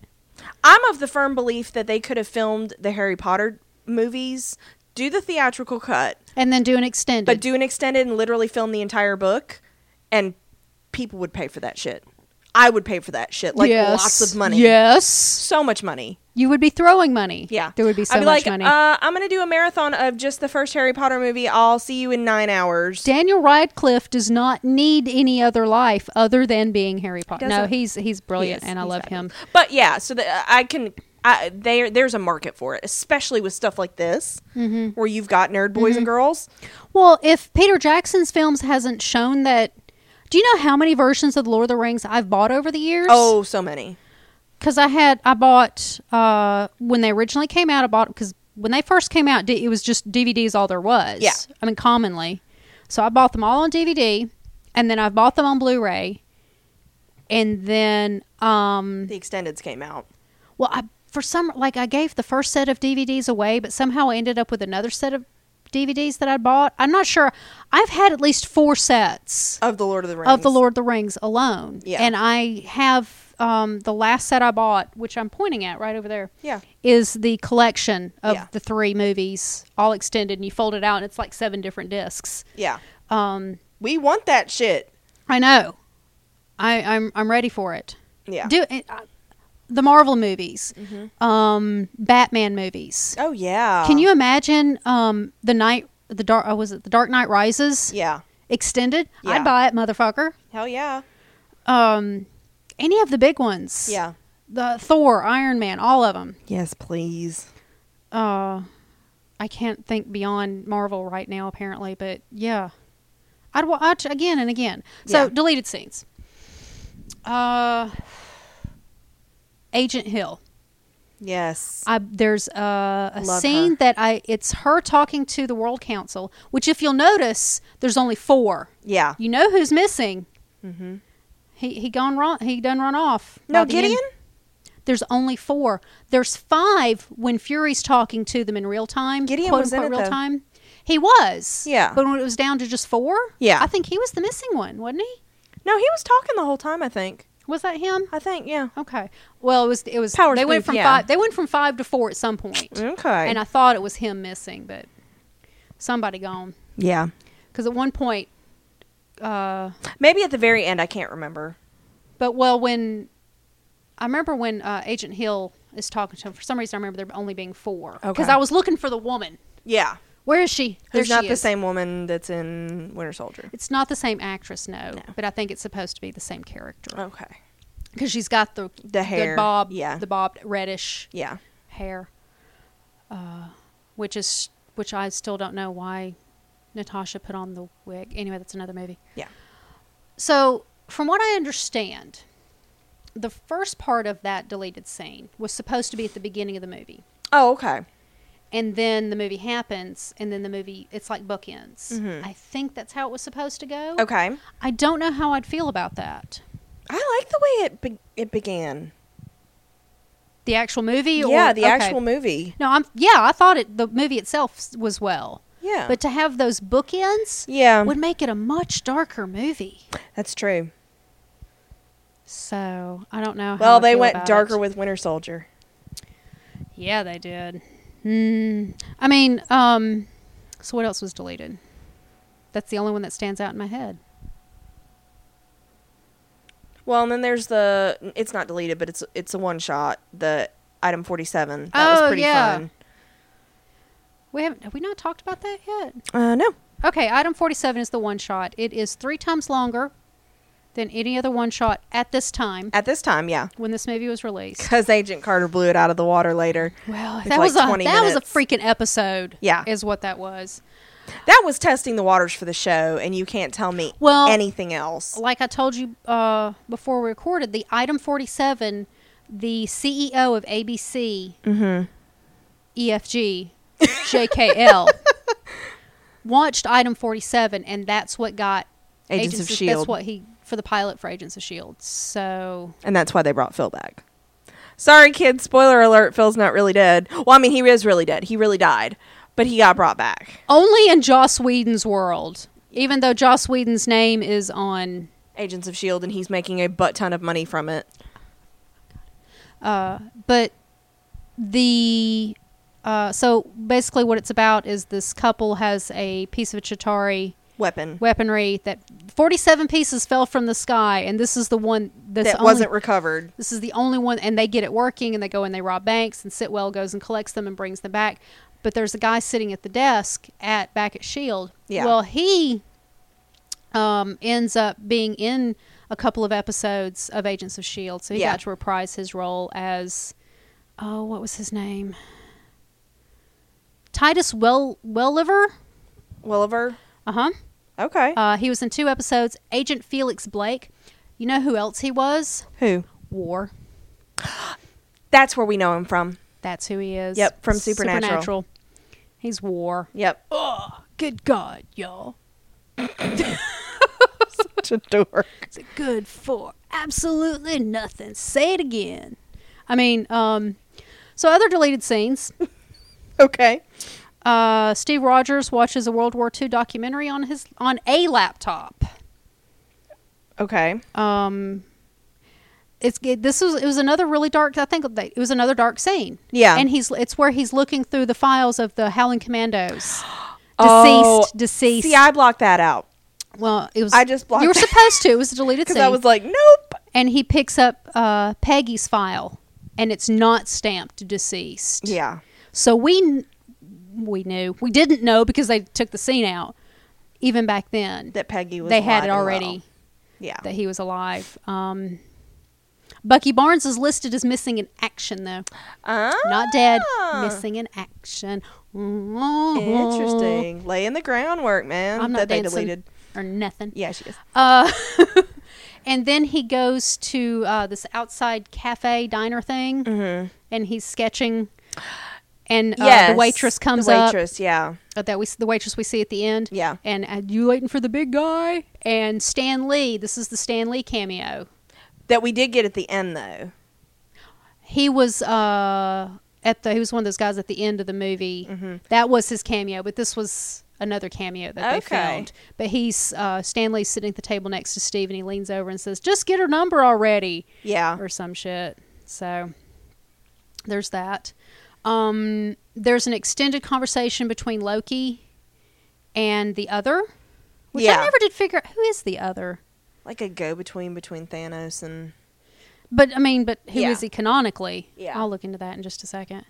[SPEAKER 1] I'm of the firm belief that they could have filmed the Harry Potter movies, do the theatrical cut,
[SPEAKER 2] And then do an extended.
[SPEAKER 1] but do an extended and literally film the entire book, and people would pay for that shit. I would pay for that shit, like
[SPEAKER 2] Yes.
[SPEAKER 1] lots of money.
[SPEAKER 2] Yes.
[SPEAKER 1] so much money.
[SPEAKER 2] You would be throwing money.
[SPEAKER 1] Yeah,
[SPEAKER 2] There would be so
[SPEAKER 1] I'd be
[SPEAKER 2] much
[SPEAKER 1] like,
[SPEAKER 2] money.
[SPEAKER 1] Uh, I'm gonna do a marathon of just the first Harry Potter movie. I'll see you in nine hours.
[SPEAKER 2] Daniel Radcliffe does not need any other life other than being Harry Potter. No,
[SPEAKER 1] doesn't.
[SPEAKER 2] he's he's brilliant
[SPEAKER 1] He is.
[SPEAKER 2] oh, and I
[SPEAKER 1] He's
[SPEAKER 2] love
[SPEAKER 1] fabulous.
[SPEAKER 2] him.
[SPEAKER 1] But yeah, so that I can. I, there, there's a market for it, especially with stuff like this,
[SPEAKER 2] Mm-hmm.
[SPEAKER 1] where you've got nerd boys and girls.
[SPEAKER 2] Well, if Peter Jackson's films hasn't shown that do you know how many versions of the Lord of the Rings I've bought over the years?
[SPEAKER 1] Oh, so many.
[SPEAKER 2] because I had I bought uh, when they originally came out. I bought because when they first came out, D- it was just DVDs all there was.
[SPEAKER 1] Yeah.
[SPEAKER 2] I mean commonly. So I bought them all on DVD, and then I bought them on Blu-ray, and then um,
[SPEAKER 1] The extendeds came out.
[SPEAKER 2] well, I for some like I gave the first set of DVDs away, but somehow I ended up with another set of DVDs that I bought. I'm not sure. I've had at least four sets
[SPEAKER 1] of the Lord of the Rings.
[SPEAKER 2] of the Lord of the Rings alone.
[SPEAKER 1] Yeah.
[SPEAKER 2] And I have um, the last set I bought, which I'm pointing at right over there, is
[SPEAKER 1] Yeah.
[SPEAKER 2] the collection of
[SPEAKER 1] Yeah.
[SPEAKER 2] the three movies, all extended, and you fold it out, and it's like seven different discs.
[SPEAKER 1] Yeah.
[SPEAKER 2] Um,
[SPEAKER 1] We want that shit.
[SPEAKER 2] I know. I, I'm I'm ready for it.
[SPEAKER 1] Yeah. Mm-hmm.
[SPEAKER 2] Do and, uh, the Marvel movies, um, Batman movies.
[SPEAKER 1] oh yeah.
[SPEAKER 2] Can you imagine um, the night the dark? Oh, was it the Dark Knight Rises
[SPEAKER 1] Yeah.
[SPEAKER 2] extended?
[SPEAKER 1] Yeah.
[SPEAKER 2] I'd buy it, motherfucker.
[SPEAKER 1] Hell yeah.
[SPEAKER 2] um any of the big ones
[SPEAKER 1] Yeah.
[SPEAKER 2] the thor iron man all of them
[SPEAKER 1] Yes, please.
[SPEAKER 2] uh i can't think beyond marvel right now apparently but yeah i'd watch again and again so
[SPEAKER 1] Yeah.
[SPEAKER 2] deleted scenes uh agent hill
[SPEAKER 1] Yes.
[SPEAKER 2] I, there's a, a
[SPEAKER 1] Love
[SPEAKER 2] scene
[SPEAKER 1] her.
[SPEAKER 2] that i it's her talking to the world council which if you'll notice there's only four
[SPEAKER 1] yeah.
[SPEAKER 2] you know who's missing
[SPEAKER 1] Mm-hmm.
[SPEAKER 2] he he gone run he done run off
[SPEAKER 1] No,
[SPEAKER 2] by the end.
[SPEAKER 1] Gideon.
[SPEAKER 2] There's only four. There's five when Fury's talking to them in real time.
[SPEAKER 1] Gideon
[SPEAKER 2] quote
[SPEAKER 1] was in
[SPEAKER 2] unquote
[SPEAKER 1] it,
[SPEAKER 2] real
[SPEAKER 1] though.
[SPEAKER 2] time. He was.
[SPEAKER 1] Yeah.
[SPEAKER 2] But when it was down to just four,
[SPEAKER 1] Yeah.
[SPEAKER 2] I think he was the missing one, wasn't he?
[SPEAKER 1] No, he was talking the whole time. I think.
[SPEAKER 2] Was that him?
[SPEAKER 1] I think. Yeah.
[SPEAKER 2] Okay. Well, it was. It was.
[SPEAKER 1] Power
[SPEAKER 2] they went
[SPEAKER 1] spoof,
[SPEAKER 2] from
[SPEAKER 1] yeah. Mm-hmm.
[SPEAKER 2] five. They went from five to four at some point.
[SPEAKER 1] Okay.
[SPEAKER 2] And I thought it was him missing, but somebody gone.
[SPEAKER 1] yeah.
[SPEAKER 2] Because at one point, uh,
[SPEAKER 1] Maybe at the very end, I can't remember.
[SPEAKER 2] But well, when I remember when uh, Agent Hill is talking to him, for some reason I remember there only being four because
[SPEAKER 1] Okay.
[SPEAKER 2] I was looking for the woman
[SPEAKER 1] Yeah.
[SPEAKER 2] Where is she? There
[SPEAKER 1] There's
[SPEAKER 2] she
[SPEAKER 1] not the
[SPEAKER 2] is.
[SPEAKER 1] same woman that's in Winter Soldier.
[SPEAKER 2] It's not the same actress, no,
[SPEAKER 1] No.
[SPEAKER 2] but I think it's supposed to be the same character
[SPEAKER 1] Okay.
[SPEAKER 2] because she's got the
[SPEAKER 1] The hair.
[SPEAKER 2] bob,
[SPEAKER 1] Yeah.
[SPEAKER 2] the bobbed reddish
[SPEAKER 1] Yeah.
[SPEAKER 2] hair, uh, which is which I still don't know why Natasha put on the wig. Anyway, that's another movie.
[SPEAKER 1] Yeah.
[SPEAKER 2] So, from what I understand, the first part of that deleted scene was supposed to be at the beginning of the movie.
[SPEAKER 1] Oh, okay.
[SPEAKER 2] And then the movie happens, and then the movie, it's like bookends.
[SPEAKER 1] Mhm.
[SPEAKER 2] I think that's how it was supposed to go.
[SPEAKER 1] Okay.
[SPEAKER 2] I don't know how I'd feel about that.
[SPEAKER 1] I like the way it be- it began.
[SPEAKER 2] The actual movie?
[SPEAKER 1] yeah,
[SPEAKER 2] or,
[SPEAKER 1] the
[SPEAKER 2] okay.
[SPEAKER 1] actual movie.
[SPEAKER 2] No, I'm, yeah, I thought it, the movie itself s- was well.
[SPEAKER 1] Yeah. Um,
[SPEAKER 2] But to have those bookends
[SPEAKER 1] yeah,
[SPEAKER 2] would make it a much darker movie.
[SPEAKER 1] that's true.
[SPEAKER 2] So, I don't know. How
[SPEAKER 1] Well,
[SPEAKER 2] I
[SPEAKER 1] they
[SPEAKER 2] feel
[SPEAKER 1] went
[SPEAKER 2] about
[SPEAKER 1] darker
[SPEAKER 2] it.
[SPEAKER 1] with Winter Soldier.
[SPEAKER 2] Yeah, they did. Hmm. I mean, um, so what else was deleted? That's the only one that stands out in my head.
[SPEAKER 1] Well, and then there's the it's not deleted, but it's it's a one shot. The item 47. That
[SPEAKER 2] Oh,
[SPEAKER 1] was pretty
[SPEAKER 2] yeah.
[SPEAKER 1] fun.
[SPEAKER 2] We haven't have we not talked about that yet?
[SPEAKER 1] Uh, no.
[SPEAKER 2] Okay, item 47 is the one shot. It is 3 times longer than any other one shot at this time
[SPEAKER 1] At this time, yeah,
[SPEAKER 2] when this movie was released.
[SPEAKER 1] because Agent Carter blew it out of the water later.
[SPEAKER 2] Well,
[SPEAKER 1] It's
[SPEAKER 2] that
[SPEAKER 1] like
[SPEAKER 2] was a
[SPEAKER 1] 20
[SPEAKER 2] that was a
[SPEAKER 1] minutes.
[SPEAKER 2] freaking episode.
[SPEAKER 1] Yeah.
[SPEAKER 2] Is what that was.
[SPEAKER 1] That was testing the waters for the show, and you can't tell me
[SPEAKER 2] Well,
[SPEAKER 1] anything else.
[SPEAKER 2] like I told you uh, before we recorded, the item 47, the CEO of ABC, E EFG,
[SPEAKER 1] Mm-hmm.
[SPEAKER 2] JKL, watched item 47, and that's what got
[SPEAKER 1] Agents of
[SPEAKER 2] E That's
[SPEAKER 1] S.H.I.E.L.D..
[SPEAKER 2] what he for the pilot for Agents of Shield. E So
[SPEAKER 1] And that's why they brought Phil back. Sorry, kids. Spoiler alert: Phil's not really dead. Well, I mean, he is really dead. He really died, but he got brought back.
[SPEAKER 2] only in Joss Whedon's world, even though Joss Whedon's name is on
[SPEAKER 1] Agents of Shield, E and he's making a butt ton of money from it.
[SPEAKER 2] Uh, but the uh, so basically what it's about is this couple has a piece of chitari
[SPEAKER 1] Weapon
[SPEAKER 2] weaponry that 47 pieces fell from the sky and this is the one that's
[SPEAKER 1] that
[SPEAKER 2] only,
[SPEAKER 1] wasn't recovered.
[SPEAKER 2] this is the only one and they get it working and they go and they rob banks and sitwell goes and collects them and brings them back but there's a guy sitting at the desk at back at shield
[SPEAKER 1] Yeah.
[SPEAKER 2] E well he um, ends up being in a couple of episodes of agents of shield E so he
[SPEAKER 1] Yeah.
[SPEAKER 2] got to reprise his role as oh what was his name titus well welliver
[SPEAKER 1] Williver.
[SPEAKER 2] uh-huh
[SPEAKER 1] Okay.
[SPEAKER 2] uh, he was in two episodes agent felix blake you know who else he was
[SPEAKER 1] Who?
[SPEAKER 2] war
[SPEAKER 1] That's where we know him from.
[SPEAKER 2] That's who he is.
[SPEAKER 1] Yep, from Supernatural.
[SPEAKER 2] He's war.
[SPEAKER 1] Yep.
[SPEAKER 2] Oh, good God, y'all.
[SPEAKER 1] Such a dork.
[SPEAKER 2] It's a good for absolutely nothing. Say it again. I mean, um, so other deleted scenes.
[SPEAKER 1] Okay.
[SPEAKER 2] Uh, Steve Rogers watches a World War II documentary on his on a laptop.
[SPEAKER 1] Okay.
[SPEAKER 2] Um, it's it- this was it was another really dark. I think that- it was another dark scene.
[SPEAKER 1] Yeah.
[SPEAKER 2] and he's it's where he's looking through the files of the Howling Commandos. Deceased,
[SPEAKER 1] Oh,
[SPEAKER 2] deceased.
[SPEAKER 1] See, I blocked that out
[SPEAKER 2] Well, it was.
[SPEAKER 1] I just blocked
[SPEAKER 2] You were
[SPEAKER 1] that.
[SPEAKER 2] supposed to. It was a deleted
[SPEAKER 1] because
[SPEAKER 2] scene.
[SPEAKER 1] I was like, nope.
[SPEAKER 2] and he picks up uh, Peggy's file, and it's not stamped deceased.
[SPEAKER 1] Yeah.
[SPEAKER 2] So we kn- we knew we didn't know because they took the scene out. Even back then,
[SPEAKER 1] That Peggy was.
[SPEAKER 2] they
[SPEAKER 1] alive
[SPEAKER 2] had it
[SPEAKER 1] and
[SPEAKER 2] already
[SPEAKER 1] well. Yeah.
[SPEAKER 2] that he was alive. Um, Bucky Barnes is listed as missing in action, though
[SPEAKER 1] Ah.
[SPEAKER 2] not dead, missing in action.
[SPEAKER 1] Interesting. Laying the groundwork, man.
[SPEAKER 2] Oh. I'm not
[SPEAKER 1] that they
[SPEAKER 2] dancing
[SPEAKER 1] deleted.
[SPEAKER 2] or nothing.
[SPEAKER 1] Yeah, she is.
[SPEAKER 2] Uh, and then he goes to uh, this outside cafe diner thing, and he's sketching. And uh,
[SPEAKER 1] Mm-hmm. Yes,
[SPEAKER 2] the waitress comes
[SPEAKER 1] the
[SPEAKER 2] up.
[SPEAKER 1] waitress, yeah.
[SPEAKER 2] uh, that we s- the waitress we see at the end.
[SPEAKER 1] Yeah.
[SPEAKER 2] And uh, you waiting for the big guy? And Stan Lee. This is the Stan Lee cameo.
[SPEAKER 1] That we did get at the end though.
[SPEAKER 2] He was uh, at the. He was one of those guys at the end of the movie.
[SPEAKER 1] Mm-hmm.
[SPEAKER 2] That was his cameo, but this was another cameo that they
[SPEAKER 1] Okay.
[SPEAKER 2] filmed. But he's uh, Stan Lee's sitting at the table next to Steve, and he leans over and says, "Just get her number already."
[SPEAKER 1] Yeah.
[SPEAKER 2] or some shit. So there's that. Um, there's an extended conversation between Loki and the other, which
[SPEAKER 1] Yeah.
[SPEAKER 2] I never did figure out who is the other.
[SPEAKER 1] Like a go between between Thanos and
[SPEAKER 2] But I mean, but who is
[SPEAKER 1] Yeah.
[SPEAKER 2] he canonically?
[SPEAKER 1] Yeah.
[SPEAKER 2] I'll look into that in just a second.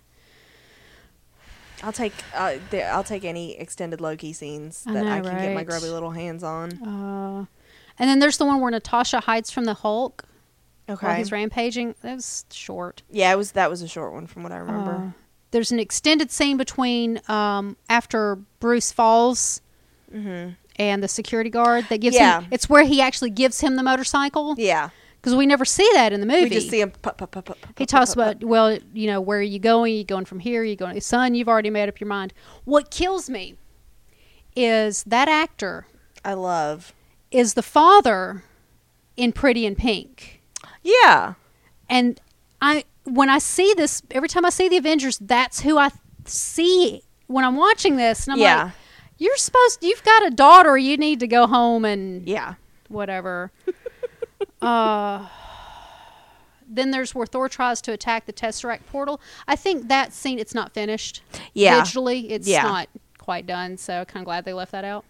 [SPEAKER 1] I'll take uh, the, I'll take any extended Loki scenes
[SPEAKER 2] I
[SPEAKER 1] that
[SPEAKER 2] know,
[SPEAKER 1] I can get my
[SPEAKER 2] right?
[SPEAKER 1] grubby little hands on.
[SPEAKER 2] Uh, and then there's the one where Natasha hides from the Hulk while
[SPEAKER 1] Okay.
[SPEAKER 2] he's rampaging. That was short.
[SPEAKER 1] Yeah, it was that was a short one from what I remember.
[SPEAKER 2] Uh, there's an extended scene between um, after Bruce falls
[SPEAKER 1] mm-hmm.
[SPEAKER 2] and the security guard that gives
[SPEAKER 1] Yeah.
[SPEAKER 2] him. It's where he actually gives him the motorcycle
[SPEAKER 1] Yeah,
[SPEAKER 2] because we never see that in the movie.
[SPEAKER 1] we just see him. Pop, pop, pop, pop, pop,
[SPEAKER 2] He
[SPEAKER 1] pop,
[SPEAKER 2] talks
[SPEAKER 1] pop, pop.
[SPEAKER 2] about, well, you know, where are you going? you going from here? you going, son, you've already made up your mind. What kills me is that actor
[SPEAKER 1] I love.
[SPEAKER 2] is the father in Pretty in Pink.
[SPEAKER 1] Yeah,
[SPEAKER 2] And I, when I see this, every time I see the Avengers, that's who I th- see when I'm watching this. And I'm
[SPEAKER 1] Yeah.
[SPEAKER 2] like, you're supposed, you've got a daughter. You need to go home and
[SPEAKER 1] yeah.
[SPEAKER 2] whatever. uh, then there's where Thor tries to attack the Tesseract portal. I think that scene it's not finished.
[SPEAKER 1] Yeah.
[SPEAKER 2] digitally it's
[SPEAKER 1] Yeah.
[SPEAKER 2] not quite done. So kind of glad they left that out.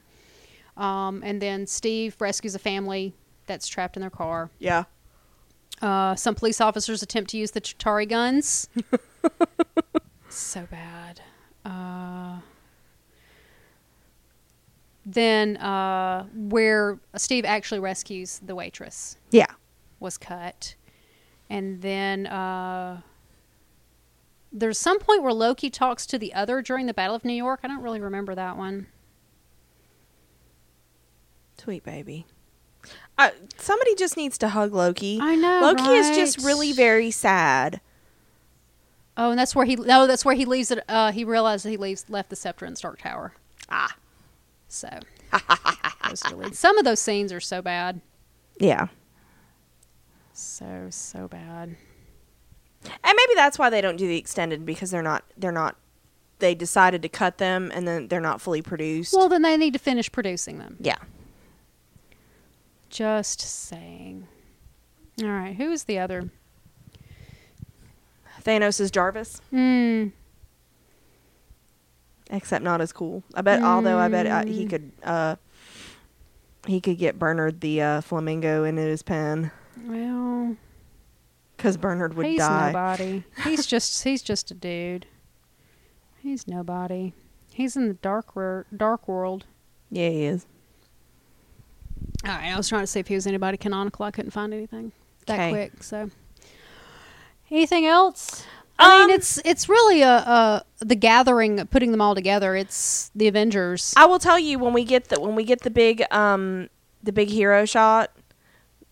[SPEAKER 2] Um, and then Steve rescues a family that's trapped in their car.
[SPEAKER 1] Yeah.
[SPEAKER 2] Uh, some police officers attempt to use the Chitari guns. so bad. Uh, then, uh, where Steve actually rescues the waitress
[SPEAKER 1] Yeah.
[SPEAKER 2] was cut. And then uh, there's some point where Loki talks to the other during the Battle of New York. I don't really remember that one.
[SPEAKER 1] Sweet baby. Uh, somebody just needs to hug Loki.
[SPEAKER 2] I know.
[SPEAKER 1] Loki is just really very sad.
[SPEAKER 2] Oh, and that's where he. No, that's where he leaves it. Uh, he realized that he leaves left the scepter in Stark Tower.
[SPEAKER 1] Ah.
[SPEAKER 2] So those deleted- some of those scenes are so bad.
[SPEAKER 1] Yeah.
[SPEAKER 2] So so bad.
[SPEAKER 1] And maybe that's why they don't do the extended because they're not they're not they decided to cut them and then they're not fully produced.
[SPEAKER 2] Well, then they need to finish producing them.
[SPEAKER 1] yeah.
[SPEAKER 2] Just saying. All right, who is the other?
[SPEAKER 1] Thanos is Jarvis,
[SPEAKER 2] Hmm.
[SPEAKER 1] except not as cool. I bet although I bet uh,
[SPEAKER 2] Mm.
[SPEAKER 1] he could uh he could get Bernard the uh, flamingo into his pen
[SPEAKER 2] Well,
[SPEAKER 1] cuz Bernard would
[SPEAKER 2] he's
[SPEAKER 1] die.
[SPEAKER 2] nobody. He's just he's just a dude. He's nobody. He's in the dark wor- dark world.
[SPEAKER 1] Yeah, he is.
[SPEAKER 2] All right, I was trying to see if he was anybody canonical. I couldn't find anything that
[SPEAKER 1] 'Kay.
[SPEAKER 2] quick. So, anything else?
[SPEAKER 1] Um,
[SPEAKER 2] I mean, it's it's really a, a the gathering, putting them all together. It's the Avengers.
[SPEAKER 1] I will tell you when we get the when we get the big um the big hero shot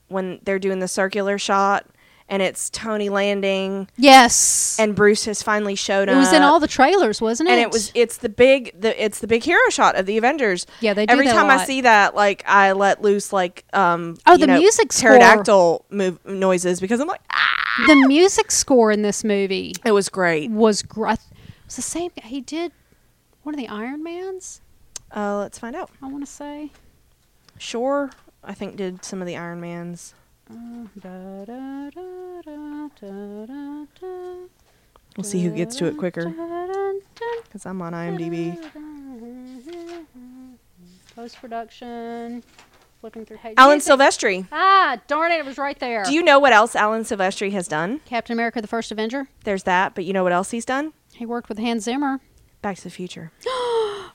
[SPEAKER 1] when they're doing the circular shot and it's Tony landing
[SPEAKER 2] yes,
[SPEAKER 1] and Bruce has finally showed
[SPEAKER 2] it
[SPEAKER 1] up.
[SPEAKER 2] was in all the trailers, wasn't it?
[SPEAKER 1] and it was it's the big the it's the big hero shot of the Avengers.
[SPEAKER 2] Yeah, they do
[SPEAKER 1] Every
[SPEAKER 2] that a
[SPEAKER 1] time I
[SPEAKER 2] lot.
[SPEAKER 1] see that, like I let loose like um
[SPEAKER 2] Oh,
[SPEAKER 1] you
[SPEAKER 2] the
[SPEAKER 1] know,
[SPEAKER 2] music score.
[SPEAKER 1] pterodactyl move noises because I'm like ah,
[SPEAKER 2] the music score in this movie
[SPEAKER 1] it was great.
[SPEAKER 2] was gr- I th- it was the same. He did one of the Iron Mans.
[SPEAKER 1] Uh, let's find out.
[SPEAKER 2] I want to say.
[SPEAKER 1] Shore, I think did some of the Iron Mans.
[SPEAKER 2] Uh, da, da, da, da, da, da, da.
[SPEAKER 1] We'll see who gets to it quicker
[SPEAKER 2] Dun-dun-dun.
[SPEAKER 1] because I'm on IMDb.
[SPEAKER 2] Post production. Flipping through pages.
[SPEAKER 1] Alan
[SPEAKER 2] Yes, it-
[SPEAKER 1] Silvestri.
[SPEAKER 2] Ah, darn it! It was right there.
[SPEAKER 1] Do you know what else Alan Silvestri has done?
[SPEAKER 2] Captain America: The First Avenger.
[SPEAKER 1] There's that, but you know what else he's done?
[SPEAKER 2] He worked with Hans Zimmer.
[SPEAKER 1] Back to the Future.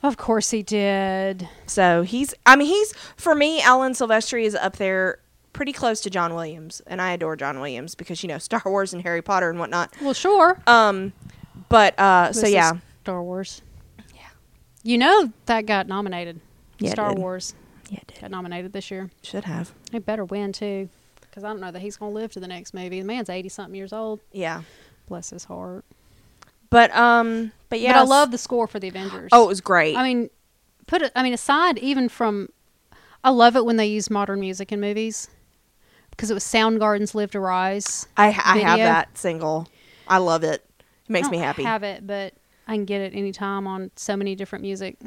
[SPEAKER 2] Of course he did.
[SPEAKER 1] So he's, I mean, he's, for me, Alan Silvestri is up there pretty close to John Williams. And I adore John Williams because, you know, Star Wars and Harry Potter and whatnot.
[SPEAKER 2] Well, sure.
[SPEAKER 1] Um, but, uh, so
[SPEAKER 2] This is
[SPEAKER 1] yeah.
[SPEAKER 2] Star Wars. Yeah. You know that got nominated.
[SPEAKER 1] Yeah, it
[SPEAKER 2] Star
[SPEAKER 1] did.
[SPEAKER 2] Wars
[SPEAKER 1] Yeah, it did.
[SPEAKER 2] got nominated this year.
[SPEAKER 1] Should have.
[SPEAKER 2] He better win too, because I don't know that he's gonna live to the next movie. The man's eighty something years old.
[SPEAKER 1] Yeah.
[SPEAKER 2] Bless his heart.
[SPEAKER 1] But, um, but yeah.
[SPEAKER 2] But I love the score for the Avengers.
[SPEAKER 1] Oh, it was great.
[SPEAKER 2] I mean, put it. I mean, aside even from, I love it when they use modern music in movies, because it was Soundgarden's "Live to Rise."
[SPEAKER 1] I, I have
[SPEAKER 2] video.
[SPEAKER 1] that single. I love it. It makes
[SPEAKER 2] I
[SPEAKER 1] me
[SPEAKER 2] don't
[SPEAKER 1] happy.
[SPEAKER 2] Have it, but I can get it anytime on so many different music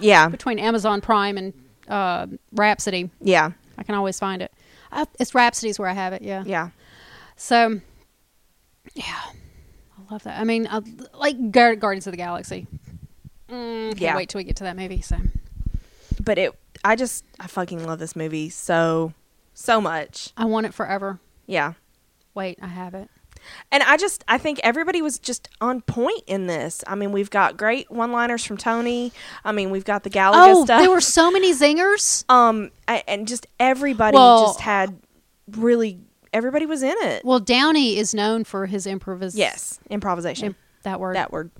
[SPEAKER 1] yeah.
[SPEAKER 2] between Amazon Prime and uh, Rhapsody.
[SPEAKER 1] Yeah.
[SPEAKER 2] I can always find it. Uh, it's Rhapsody's where I have it. Yeah.
[SPEAKER 1] Yeah.
[SPEAKER 2] So, yeah, I love that. I mean, I, like Gar- Guardians of the Galaxy. Mm, can't
[SPEAKER 1] Yeah.
[SPEAKER 2] wait till we get to that movie. So,
[SPEAKER 1] But it, I just, I fucking love this movie so, so much.
[SPEAKER 2] I want it forever.
[SPEAKER 1] Yeah.
[SPEAKER 2] Wait, I have it.
[SPEAKER 1] And I just I think everybody was just on point in this. I mean, we've got great one-liners from Tony. I mean, we've got the Galaga
[SPEAKER 2] Oh,
[SPEAKER 1] stuff.
[SPEAKER 2] there were so many zingers.
[SPEAKER 1] um a- and just everybody
[SPEAKER 2] Well-
[SPEAKER 1] just had really everybody was in it.
[SPEAKER 2] Well, Downey is known for his improvis.
[SPEAKER 1] yes, improvisation.
[SPEAKER 2] Im- that word.
[SPEAKER 1] that word.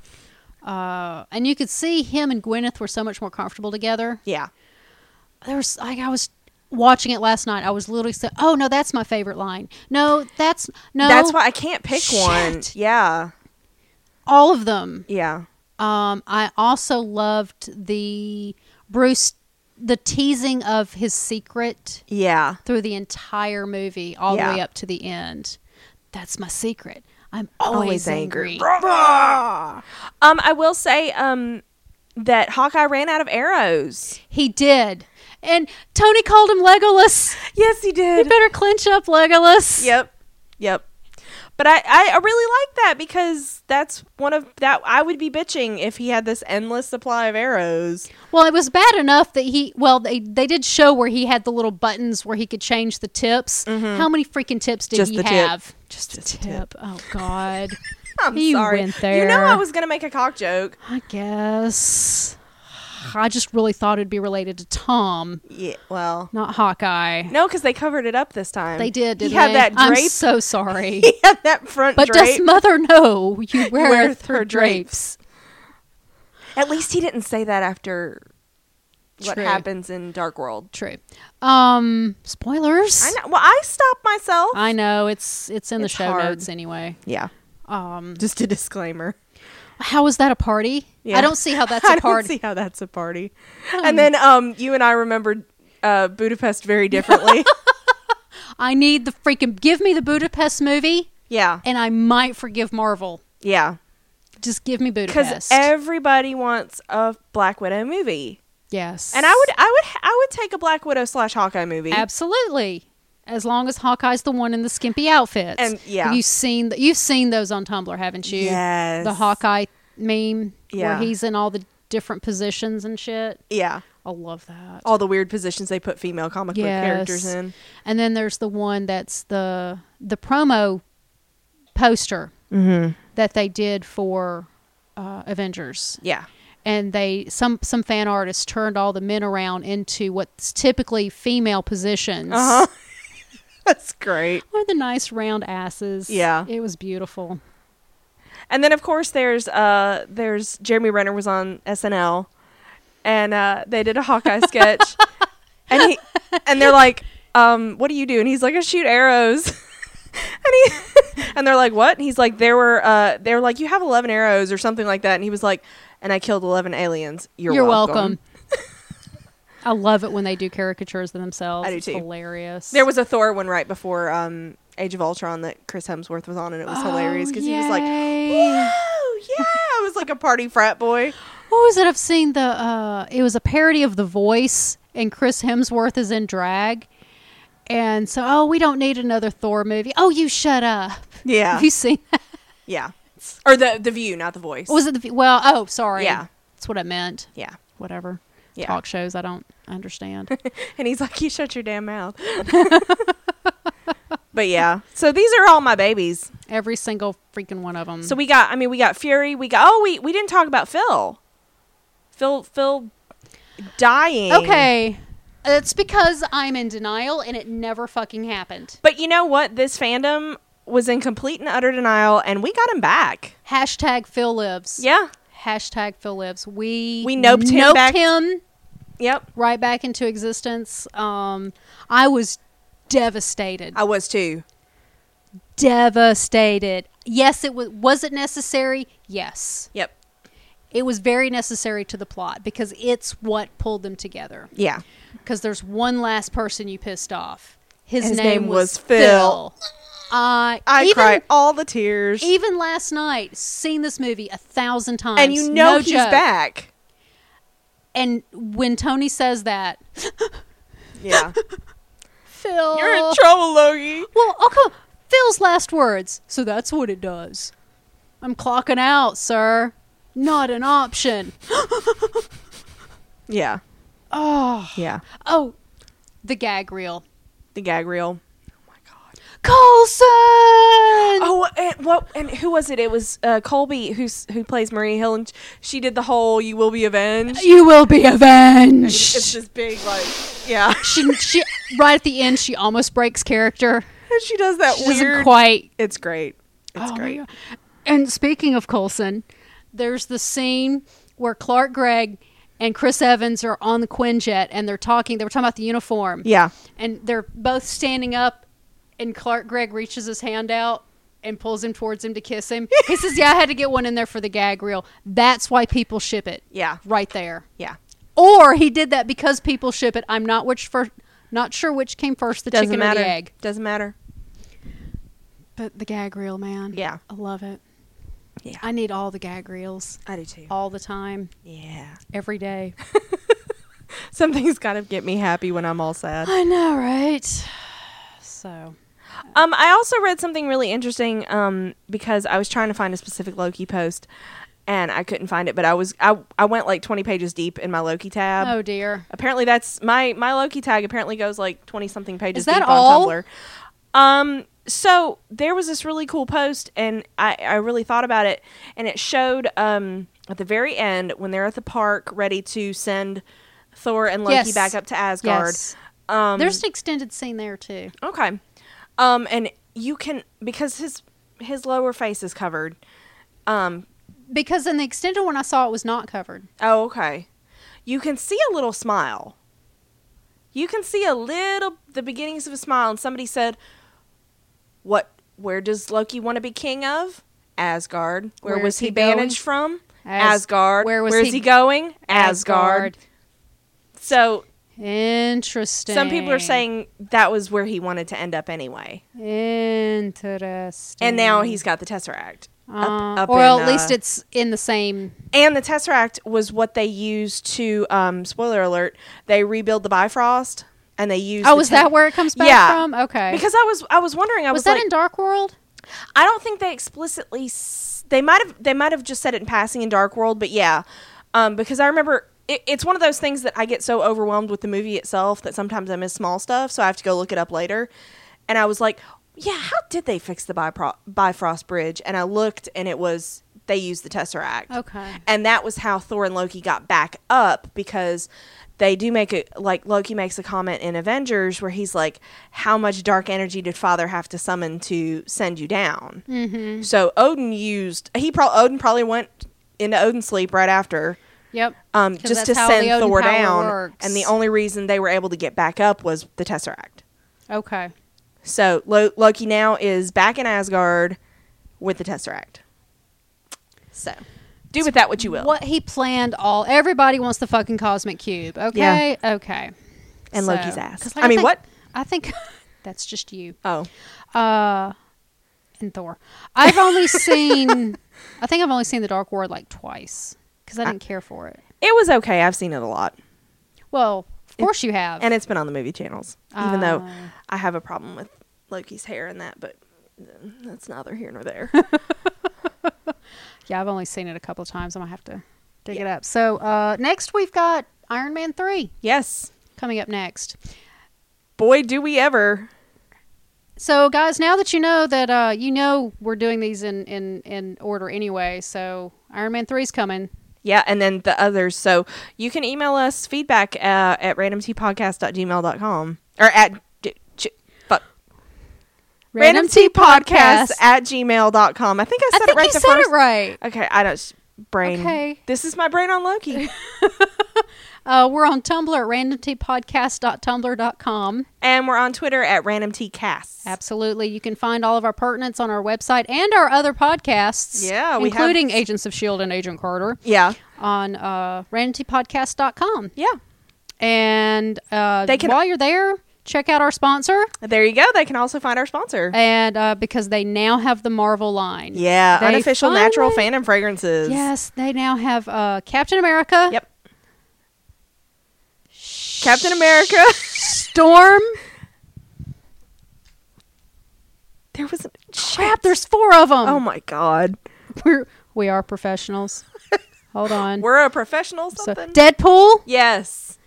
[SPEAKER 2] Uh, and you could see him and Gwyneth were so much more comfortable together.
[SPEAKER 1] Yeah.
[SPEAKER 2] There was like I was watching it last night. I was literally saying, "Oh no, that's my favorite line. No, that's no.
[SPEAKER 1] That's why I can't pick one.
[SPEAKER 2] Shit.
[SPEAKER 1] Yeah.
[SPEAKER 2] all of them.
[SPEAKER 1] Yeah.
[SPEAKER 2] Um, I also loved the Bruce, the teasing of his secret
[SPEAKER 1] Yeah.
[SPEAKER 2] through the entire movie, all
[SPEAKER 1] Yeah.
[SPEAKER 2] the way up to the end. That's my secret. I'm
[SPEAKER 1] Always
[SPEAKER 2] always,
[SPEAKER 1] angry.
[SPEAKER 2] angry.
[SPEAKER 1] Um I will say um that Hawkeye ran out of arrows.
[SPEAKER 2] He did, and Tony called him Legolas.
[SPEAKER 1] Yes, he
[SPEAKER 2] You
[SPEAKER 1] did.
[SPEAKER 2] better clinch up, Legolas.
[SPEAKER 1] Yep. Yep. But I, I, I really like that because that's one of that I would be bitching if he had this endless supply of arrows.
[SPEAKER 2] Well, it was bad enough that he. Well, they they did show where he had the little buttons where he could change the tips. How many freaking tips did
[SPEAKER 1] Mm-hmm. Just
[SPEAKER 2] he
[SPEAKER 1] the tip.
[SPEAKER 2] have? Just,
[SPEAKER 1] Just
[SPEAKER 2] a
[SPEAKER 1] the tip.
[SPEAKER 2] tip. Oh God.
[SPEAKER 1] I'm
[SPEAKER 2] You
[SPEAKER 1] sorry.
[SPEAKER 2] went
[SPEAKER 1] You know I
[SPEAKER 2] there.
[SPEAKER 1] was gonna make a cock joke.
[SPEAKER 2] I guess. I just really thought it'd be related to Tom,
[SPEAKER 1] Yeah. Well.
[SPEAKER 2] not Hawkeye.
[SPEAKER 1] No, because they covered it up this time.
[SPEAKER 2] They did,
[SPEAKER 1] He
[SPEAKER 2] didn't
[SPEAKER 1] had
[SPEAKER 2] they?
[SPEAKER 1] that
[SPEAKER 2] I'm
[SPEAKER 1] drape.
[SPEAKER 2] so sorry.
[SPEAKER 1] he had that front
[SPEAKER 2] but
[SPEAKER 1] drape.
[SPEAKER 2] does mother know you wear,
[SPEAKER 1] wear
[SPEAKER 2] her,
[SPEAKER 1] her
[SPEAKER 2] drapes?
[SPEAKER 1] At least he didn't say that after what
[SPEAKER 2] True.
[SPEAKER 1] happens in Dark World.
[SPEAKER 2] True. Um, spoilers.
[SPEAKER 1] I know. Well, I stopped myself.
[SPEAKER 2] I know, it's it's in the
[SPEAKER 1] It's
[SPEAKER 2] show
[SPEAKER 1] hard.
[SPEAKER 2] notes anyway.
[SPEAKER 1] yeah.
[SPEAKER 2] Um,
[SPEAKER 1] Just a disclaimer.
[SPEAKER 2] how is that a party?
[SPEAKER 1] Yeah.
[SPEAKER 2] I don't see how that's
[SPEAKER 1] I
[SPEAKER 2] a
[SPEAKER 1] don't
[SPEAKER 2] party. Hmm.
[SPEAKER 1] see how that's a party. And then um, you and I remembered uh, Budapest very differently.
[SPEAKER 2] I need the freaking give me the Budapest movie,
[SPEAKER 1] yeah.
[SPEAKER 2] and I might forgive Marvel.
[SPEAKER 1] Yeah.
[SPEAKER 2] Just give me
[SPEAKER 1] Because
[SPEAKER 2] Budapest.
[SPEAKER 1] everybody wants a Black Widow movie,
[SPEAKER 2] yes,
[SPEAKER 1] and I would, I would, I would take a Black Widow slash Hawkeye movie.
[SPEAKER 2] Absolutely. As long as Hawkeye's the one in the skimpy outfits.
[SPEAKER 1] And- yeah.
[SPEAKER 2] You've seen you've seen those on Tumblr, haven't you?
[SPEAKER 1] Yes.
[SPEAKER 2] The Hawkeye meme
[SPEAKER 1] Yeah.
[SPEAKER 2] where he's in all the different positions and shit.
[SPEAKER 1] yeah.
[SPEAKER 2] I love that.
[SPEAKER 1] All the weird positions they put female comic book characters
[SPEAKER 2] Yes.
[SPEAKER 1] in.
[SPEAKER 2] And then there's the one that's the the promo poster
[SPEAKER 1] Mm-hmm.
[SPEAKER 2] that they did for uh, Avengers.
[SPEAKER 1] Yeah.
[SPEAKER 2] and they some some fan artists turned all the men around into what's typically female positions.
[SPEAKER 1] Uh huh. That's great.
[SPEAKER 2] Or the nice round asses.
[SPEAKER 1] Yeah.
[SPEAKER 2] it was beautiful.
[SPEAKER 1] And then of course there's uh there's Jeremy Renner was on SNL and uh they did a Hawkeye sketch and he and they're like, um, what do you do? And he's like, I shoot arrows. and he and they're like, What? And he's like, There were uh they were like, You have eleven arrows or something like that and he was like, And I killed eleven aliens. You're,
[SPEAKER 2] You're,
[SPEAKER 1] welcome.
[SPEAKER 2] welcome. I love it when they do caricatures of themselves.
[SPEAKER 1] I do
[SPEAKER 2] it's
[SPEAKER 1] too.
[SPEAKER 2] hilarious.
[SPEAKER 1] There was a Thor one right before um Age of Ultron that Chris Hemsworth was on and it was hilarious because he was like,
[SPEAKER 2] Oh, Yay.
[SPEAKER 1] Whoa, yeah, I was like a party frat boy.
[SPEAKER 2] What was it? I've seen the. Uh, it was a parody of The Voice, and Chris Hemsworth is in drag, and so oh, we don't need another Thor movie. Oh, you shut up.
[SPEAKER 1] Yeah.
[SPEAKER 2] Have you seen that?
[SPEAKER 1] Yeah. Or the the view, not the voice.
[SPEAKER 2] Was it the well? Oh, sorry.
[SPEAKER 1] Yeah.
[SPEAKER 2] that's what I meant.
[SPEAKER 1] yeah.
[SPEAKER 2] Whatever.
[SPEAKER 1] Yeah.
[SPEAKER 2] Talk shows I don't understand.
[SPEAKER 1] And he's like, You shut your damn mouth. but yeah. So these are all my babies.
[SPEAKER 2] Every single freaking one of them.
[SPEAKER 1] So we got I mean, we got Fury, we got oh we we didn't talk about Phil. Phil Phil dying.
[SPEAKER 2] okay, it's because I'm in denial and it never fucking happened.
[SPEAKER 1] But you know what? This fandom was in complete and utter denial and we got him back.
[SPEAKER 2] Hashtag Phil lives.
[SPEAKER 1] Yeah.
[SPEAKER 2] Hashtag Phil lives. We
[SPEAKER 1] We noped him back-
[SPEAKER 2] him
[SPEAKER 1] Yep.
[SPEAKER 2] right back into existence. Um, I was devastated.
[SPEAKER 1] I was too.
[SPEAKER 2] devastated. Yes, it was. Was it necessary? Yes,
[SPEAKER 1] Yep.
[SPEAKER 2] it was very necessary to the plot because it's what pulled them together.
[SPEAKER 1] Yeah.
[SPEAKER 2] because there's one last person you pissed off. His,
[SPEAKER 1] His
[SPEAKER 2] name,
[SPEAKER 1] name was
[SPEAKER 2] was
[SPEAKER 1] Phil.
[SPEAKER 2] Phil. I
[SPEAKER 1] I
[SPEAKER 2] even,
[SPEAKER 1] cried all the tears.
[SPEAKER 2] Even last night, seen this movie a thousand times,
[SPEAKER 1] and you know
[SPEAKER 2] no
[SPEAKER 1] he's
[SPEAKER 2] joke.
[SPEAKER 1] back.
[SPEAKER 2] And when Tony says that,
[SPEAKER 1] Yeah.
[SPEAKER 2] Phil,
[SPEAKER 1] You're in trouble, Logie.
[SPEAKER 2] Well, okay, Phil's last words. So that's what it does. I'm clocking out, sir. Not an option.
[SPEAKER 1] Yeah.
[SPEAKER 2] Oh,
[SPEAKER 1] Yeah.
[SPEAKER 2] oh, the gag reel.
[SPEAKER 1] The gag reel. Oh my god.
[SPEAKER 2] Colson.
[SPEAKER 1] Oh,
[SPEAKER 2] Oh,
[SPEAKER 1] and what? And who was it? It was uh, Colby, who's who plays Marie Hill, and she did the whole "You will be avenged."
[SPEAKER 2] you will be
[SPEAKER 1] It's
[SPEAKER 2] avenged.
[SPEAKER 1] this big, like, yeah.
[SPEAKER 2] she, she, right at the end, she almost breaks character.
[SPEAKER 1] And she does that
[SPEAKER 2] She
[SPEAKER 1] weird.
[SPEAKER 2] doesn't quite.
[SPEAKER 1] it's great. It's
[SPEAKER 2] oh my
[SPEAKER 1] great.
[SPEAKER 2] God. And speaking of Colson, there's the scene where Clark Gregg and Chris Evans are on the Quinjet and they're talking. They were talking about the uniform.
[SPEAKER 1] Yeah.
[SPEAKER 2] and they're both standing up and clark gregg reaches his hand out and pulls him towards him to kiss him he says yeah i had to get one in there for the gag reel that's why people ship it
[SPEAKER 1] Yeah.
[SPEAKER 2] right there
[SPEAKER 1] Yeah.
[SPEAKER 2] or he did that because people ship it i'm not which first not sure which came first the
[SPEAKER 1] Doesn't
[SPEAKER 2] chicken
[SPEAKER 1] matter.
[SPEAKER 2] or the egg
[SPEAKER 1] Doesn't matter.
[SPEAKER 2] but the gag reel man
[SPEAKER 1] Yeah.
[SPEAKER 2] i love it
[SPEAKER 1] Yeah.
[SPEAKER 2] i need all the gag reels
[SPEAKER 1] I do too.
[SPEAKER 2] all the time
[SPEAKER 1] Yeah.
[SPEAKER 2] every day
[SPEAKER 1] Something's got to get me happy when I'm all sad.
[SPEAKER 2] i know right so
[SPEAKER 1] Um, I also read something really interesting. Um, because I was trying to find a specific Loki post, and I couldn't find it. But I was I I went like 20 pages deep in my Loki tab.
[SPEAKER 2] oh dear
[SPEAKER 1] Apparently, that's my my Loki tag. Apparently, goes like twenty something pages
[SPEAKER 2] Is that
[SPEAKER 1] deep
[SPEAKER 2] all?
[SPEAKER 1] on Tumblr. Um, so there was this really cool post, and I I really thought about it, and it showed um at the very end when they're at the park ready to send Thor and Loki
[SPEAKER 2] Yes.
[SPEAKER 1] back up to Asgard.
[SPEAKER 2] Yes.
[SPEAKER 1] Um,
[SPEAKER 2] there's an extended scene there too
[SPEAKER 1] Okay. Um, and you can because his his lower face is covered. Um.
[SPEAKER 2] Because in the extended one I saw, it was not covered.
[SPEAKER 1] Oh, okay. You can see a little smile. You can see a little the beginnings of a smile, and somebody said, "What? Where does Loki want to be king of? Asgard. Where,
[SPEAKER 2] Where
[SPEAKER 1] was
[SPEAKER 2] is
[SPEAKER 1] he,
[SPEAKER 2] he going?
[SPEAKER 1] banished from?
[SPEAKER 2] As-
[SPEAKER 1] Asgard.
[SPEAKER 2] where was
[SPEAKER 1] Where is
[SPEAKER 2] he-
[SPEAKER 1] he going? Asgard. So
[SPEAKER 2] Interesting.
[SPEAKER 1] some people are saying that was where he wanted to end up anyway,
[SPEAKER 2] interesting.
[SPEAKER 1] and now he's got the Tesseract.
[SPEAKER 2] Uh,
[SPEAKER 1] up- up
[SPEAKER 2] or
[SPEAKER 1] in,
[SPEAKER 2] at least
[SPEAKER 1] uh,
[SPEAKER 2] it's in the same.
[SPEAKER 1] And the Tesseract was what they used to, um, spoiler alert, they rebuild the Bifrost and they used.
[SPEAKER 2] Oh,
[SPEAKER 1] the
[SPEAKER 2] is
[SPEAKER 1] te-
[SPEAKER 2] that where it comes back
[SPEAKER 1] Yeah.
[SPEAKER 2] from? Okay.
[SPEAKER 1] Because I was, I was wondering. I
[SPEAKER 2] was,
[SPEAKER 1] was,
[SPEAKER 2] that
[SPEAKER 1] like,
[SPEAKER 2] in Dark World?
[SPEAKER 1] I don't think they explicitly. S- they might have, they might have just said it in passing in Dark World, but yeah, um, because I remember it, it's one of those things that I get so overwhelmed with the movie itself that sometimes I miss small stuff, so I have to go look it up later. And I was like, yeah, how did they fix the Bifro- Bifrost Bridge? And I looked, and it was they used the Tesseract.
[SPEAKER 2] Okay.
[SPEAKER 1] And that was how Thor and Loki got back up because they do make it like Loki makes a comment in Avengers where he's like, How much dark energy did Father have to summon to send you down? Mm-hmm. So Odin used, he pro- Odin probably went into Odin sleep right after.
[SPEAKER 2] Yep.
[SPEAKER 1] Um,
[SPEAKER 2] 'Cause
[SPEAKER 1] just
[SPEAKER 2] that's
[SPEAKER 1] to
[SPEAKER 2] how
[SPEAKER 1] send
[SPEAKER 2] the Odin
[SPEAKER 1] Thor
[SPEAKER 2] power
[SPEAKER 1] down,
[SPEAKER 2] works.
[SPEAKER 1] and the only reason they were able to get back up was the Tesseract.
[SPEAKER 2] Okay.
[SPEAKER 1] So Lo- Loki now is back in Asgard with the Tesseract. So do with that what you will.
[SPEAKER 2] What he planned all. Everybody wants the fucking cosmic cube. Okay. Okay.
[SPEAKER 1] And Loki's ass.
[SPEAKER 2] 'cause,
[SPEAKER 1] I mean,
[SPEAKER 2] think-
[SPEAKER 1] what?
[SPEAKER 2] I think that's just you.
[SPEAKER 1] Oh.
[SPEAKER 2] uh and thor i've only seen i think i've only seen the dark world like twice because i didn't care for it
[SPEAKER 1] It was okay. I've seen it a lot.
[SPEAKER 2] well of course you have
[SPEAKER 1] And it's been on the movie channels, even though
[SPEAKER 2] Ah.
[SPEAKER 1] I have a problem with Loki's hair and that, but uh, that's neither here nor there.
[SPEAKER 2] yeah i've only seen it a couple of times i'm gonna have to dig it up so uh next we've got iron man 3
[SPEAKER 1] yes.
[SPEAKER 2] coming up next
[SPEAKER 1] Boy, do we ever.
[SPEAKER 2] so guys now that you know that uh you know we're doing these in in in order anyway so iron man 3's coming
[SPEAKER 1] Yeah, and then the others. So you can email us feedback uh, at randomtpodcast.gmail.com or at d- ch- fuck, randomtpodcast at gmail.com. I think I
[SPEAKER 2] i
[SPEAKER 1] said
[SPEAKER 2] think
[SPEAKER 1] it right
[SPEAKER 2] you
[SPEAKER 1] the
[SPEAKER 2] said
[SPEAKER 1] first
[SPEAKER 2] it right
[SPEAKER 1] Okay, I don't. s- Brain.
[SPEAKER 2] Okay.
[SPEAKER 1] This is my brain on Loki.
[SPEAKER 2] Uh, we're on Tumblr at randomtpodcast.tumblr.com.
[SPEAKER 1] and we're on Twitter at randomtcast.
[SPEAKER 2] Absolutely. You can find all of our pertinents on our website and our other podcasts.
[SPEAKER 1] Yeah, we have-
[SPEAKER 2] including Agents of S.H.I.E.L.D. E and Agent Carter
[SPEAKER 1] Yeah.
[SPEAKER 2] on uh, randomtpodcast.com.
[SPEAKER 1] Yeah.
[SPEAKER 2] And uh,
[SPEAKER 1] They can-
[SPEAKER 2] while you're there, check out our sponsor.
[SPEAKER 1] There you go. They can also find our sponsor.
[SPEAKER 2] And uh, because they now have the Marvel line.
[SPEAKER 1] Yeah,
[SPEAKER 2] They
[SPEAKER 1] unofficial natural
[SPEAKER 2] finally-
[SPEAKER 1] phantom fragrances.
[SPEAKER 2] Yes, they now have uh, Captain America,
[SPEAKER 1] Yep. Captain America.
[SPEAKER 2] Storm.
[SPEAKER 1] there was a
[SPEAKER 2] Crap, there's four of them.
[SPEAKER 1] Oh my god.
[SPEAKER 2] We're, we are professionals. Hold on.
[SPEAKER 1] We're a professional
[SPEAKER 2] So,
[SPEAKER 1] something.
[SPEAKER 2] Deadpool
[SPEAKER 1] yes.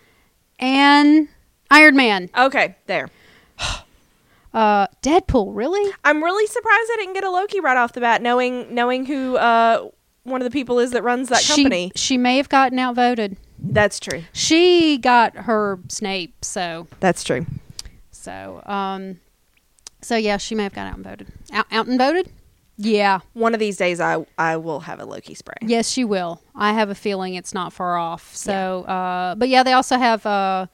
[SPEAKER 2] and Iron Man.
[SPEAKER 1] Okay, there.
[SPEAKER 2] Uh, Deadpool, really?
[SPEAKER 1] I'm really surprised I didn't get a Loki right off the bat, knowing knowing who uh, one of the people is that runs that
[SPEAKER 2] She-
[SPEAKER 1] company.
[SPEAKER 2] She, may have gotten outvoted.
[SPEAKER 1] That's true.
[SPEAKER 2] She got her Snape, so
[SPEAKER 1] That's true.
[SPEAKER 2] so um, so yeah, she may have got outvoted. Out, out and voted? Yeah,
[SPEAKER 1] One of these days, I I will have a Loki spray.
[SPEAKER 2] yes, she will. I have a feeling it's not far off. So, uh, but yeah, they also have uh,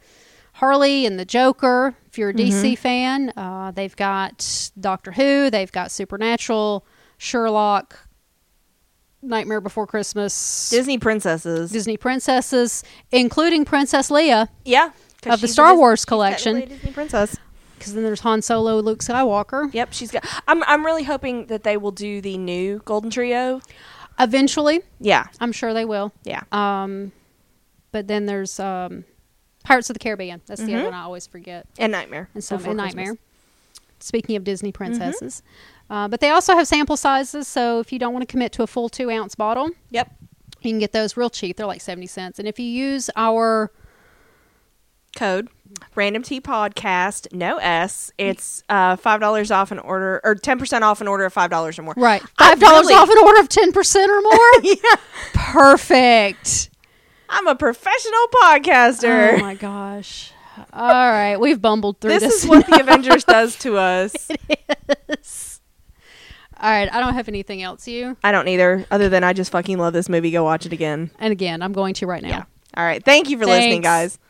[SPEAKER 2] Harley and the Joker. If you're a DC
[SPEAKER 1] Mm-hmm.
[SPEAKER 2] fan, uh, they've got Doctor Who, they've got Supernatural, Sherlock, Nightmare Before Christmas,
[SPEAKER 1] Disney princesses.
[SPEAKER 2] Disney princesses, including Princess Leia,
[SPEAKER 1] yeah, 'cause
[SPEAKER 2] Of the
[SPEAKER 1] she's a
[SPEAKER 2] Star
[SPEAKER 1] Dis-
[SPEAKER 2] Wars
[SPEAKER 1] she's
[SPEAKER 2] collection.
[SPEAKER 1] technically a Disney princess.
[SPEAKER 2] because then there's Han Solo, Luke Skywalker.
[SPEAKER 1] Yep, she's got. I'm I'm really hoping that they will do the new Golden Trio.
[SPEAKER 2] Eventually,
[SPEAKER 1] Yeah,
[SPEAKER 2] I'm sure they will.
[SPEAKER 1] yeah.
[SPEAKER 2] Um, but then there's um, Pirates of the Caribbean. That's the other
[SPEAKER 1] Mm-hmm.
[SPEAKER 2] one I always forget.
[SPEAKER 1] and Nightmare.
[SPEAKER 2] And so,
[SPEAKER 1] Before
[SPEAKER 2] and
[SPEAKER 1] Christmas.
[SPEAKER 2] Nightmare. Speaking of Disney princesses, uh, but they also have sample sizes. So if you don't want to commit to a full two ounce bottle,
[SPEAKER 1] Yep.
[SPEAKER 2] you can get those real cheap. They're like seventy cents. And if you use our
[SPEAKER 1] Code Random Tea Podcast, no S. It's uh, five dollars off an order or ten percent off an order of five dollars or more.
[SPEAKER 2] right
[SPEAKER 1] I
[SPEAKER 2] five dollars
[SPEAKER 1] really-
[SPEAKER 2] off an order of ten percent or more,
[SPEAKER 1] yeah,
[SPEAKER 2] perfect.
[SPEAKER 1] I'm a professional podcaster.
[SPEAKER 2] Oh my gosh! All right, we've bumbled through
[SPEAKER 1] this
[SPEAKER 2] this.
[SPEAKER 1] is what the Avengers does to us.
[SPEAKER 2] All right, I don't have anything else. You
[SPEAKER 1] I don't either, other than I just fucking love this movie. Go watch it again.
[SPEAKER 2] and again, I'm going to right now.
[SPEAKER 1] All right. Thank you for listening,
[SPEAKER 2] Thanks.
[SPEAKER 1] guys.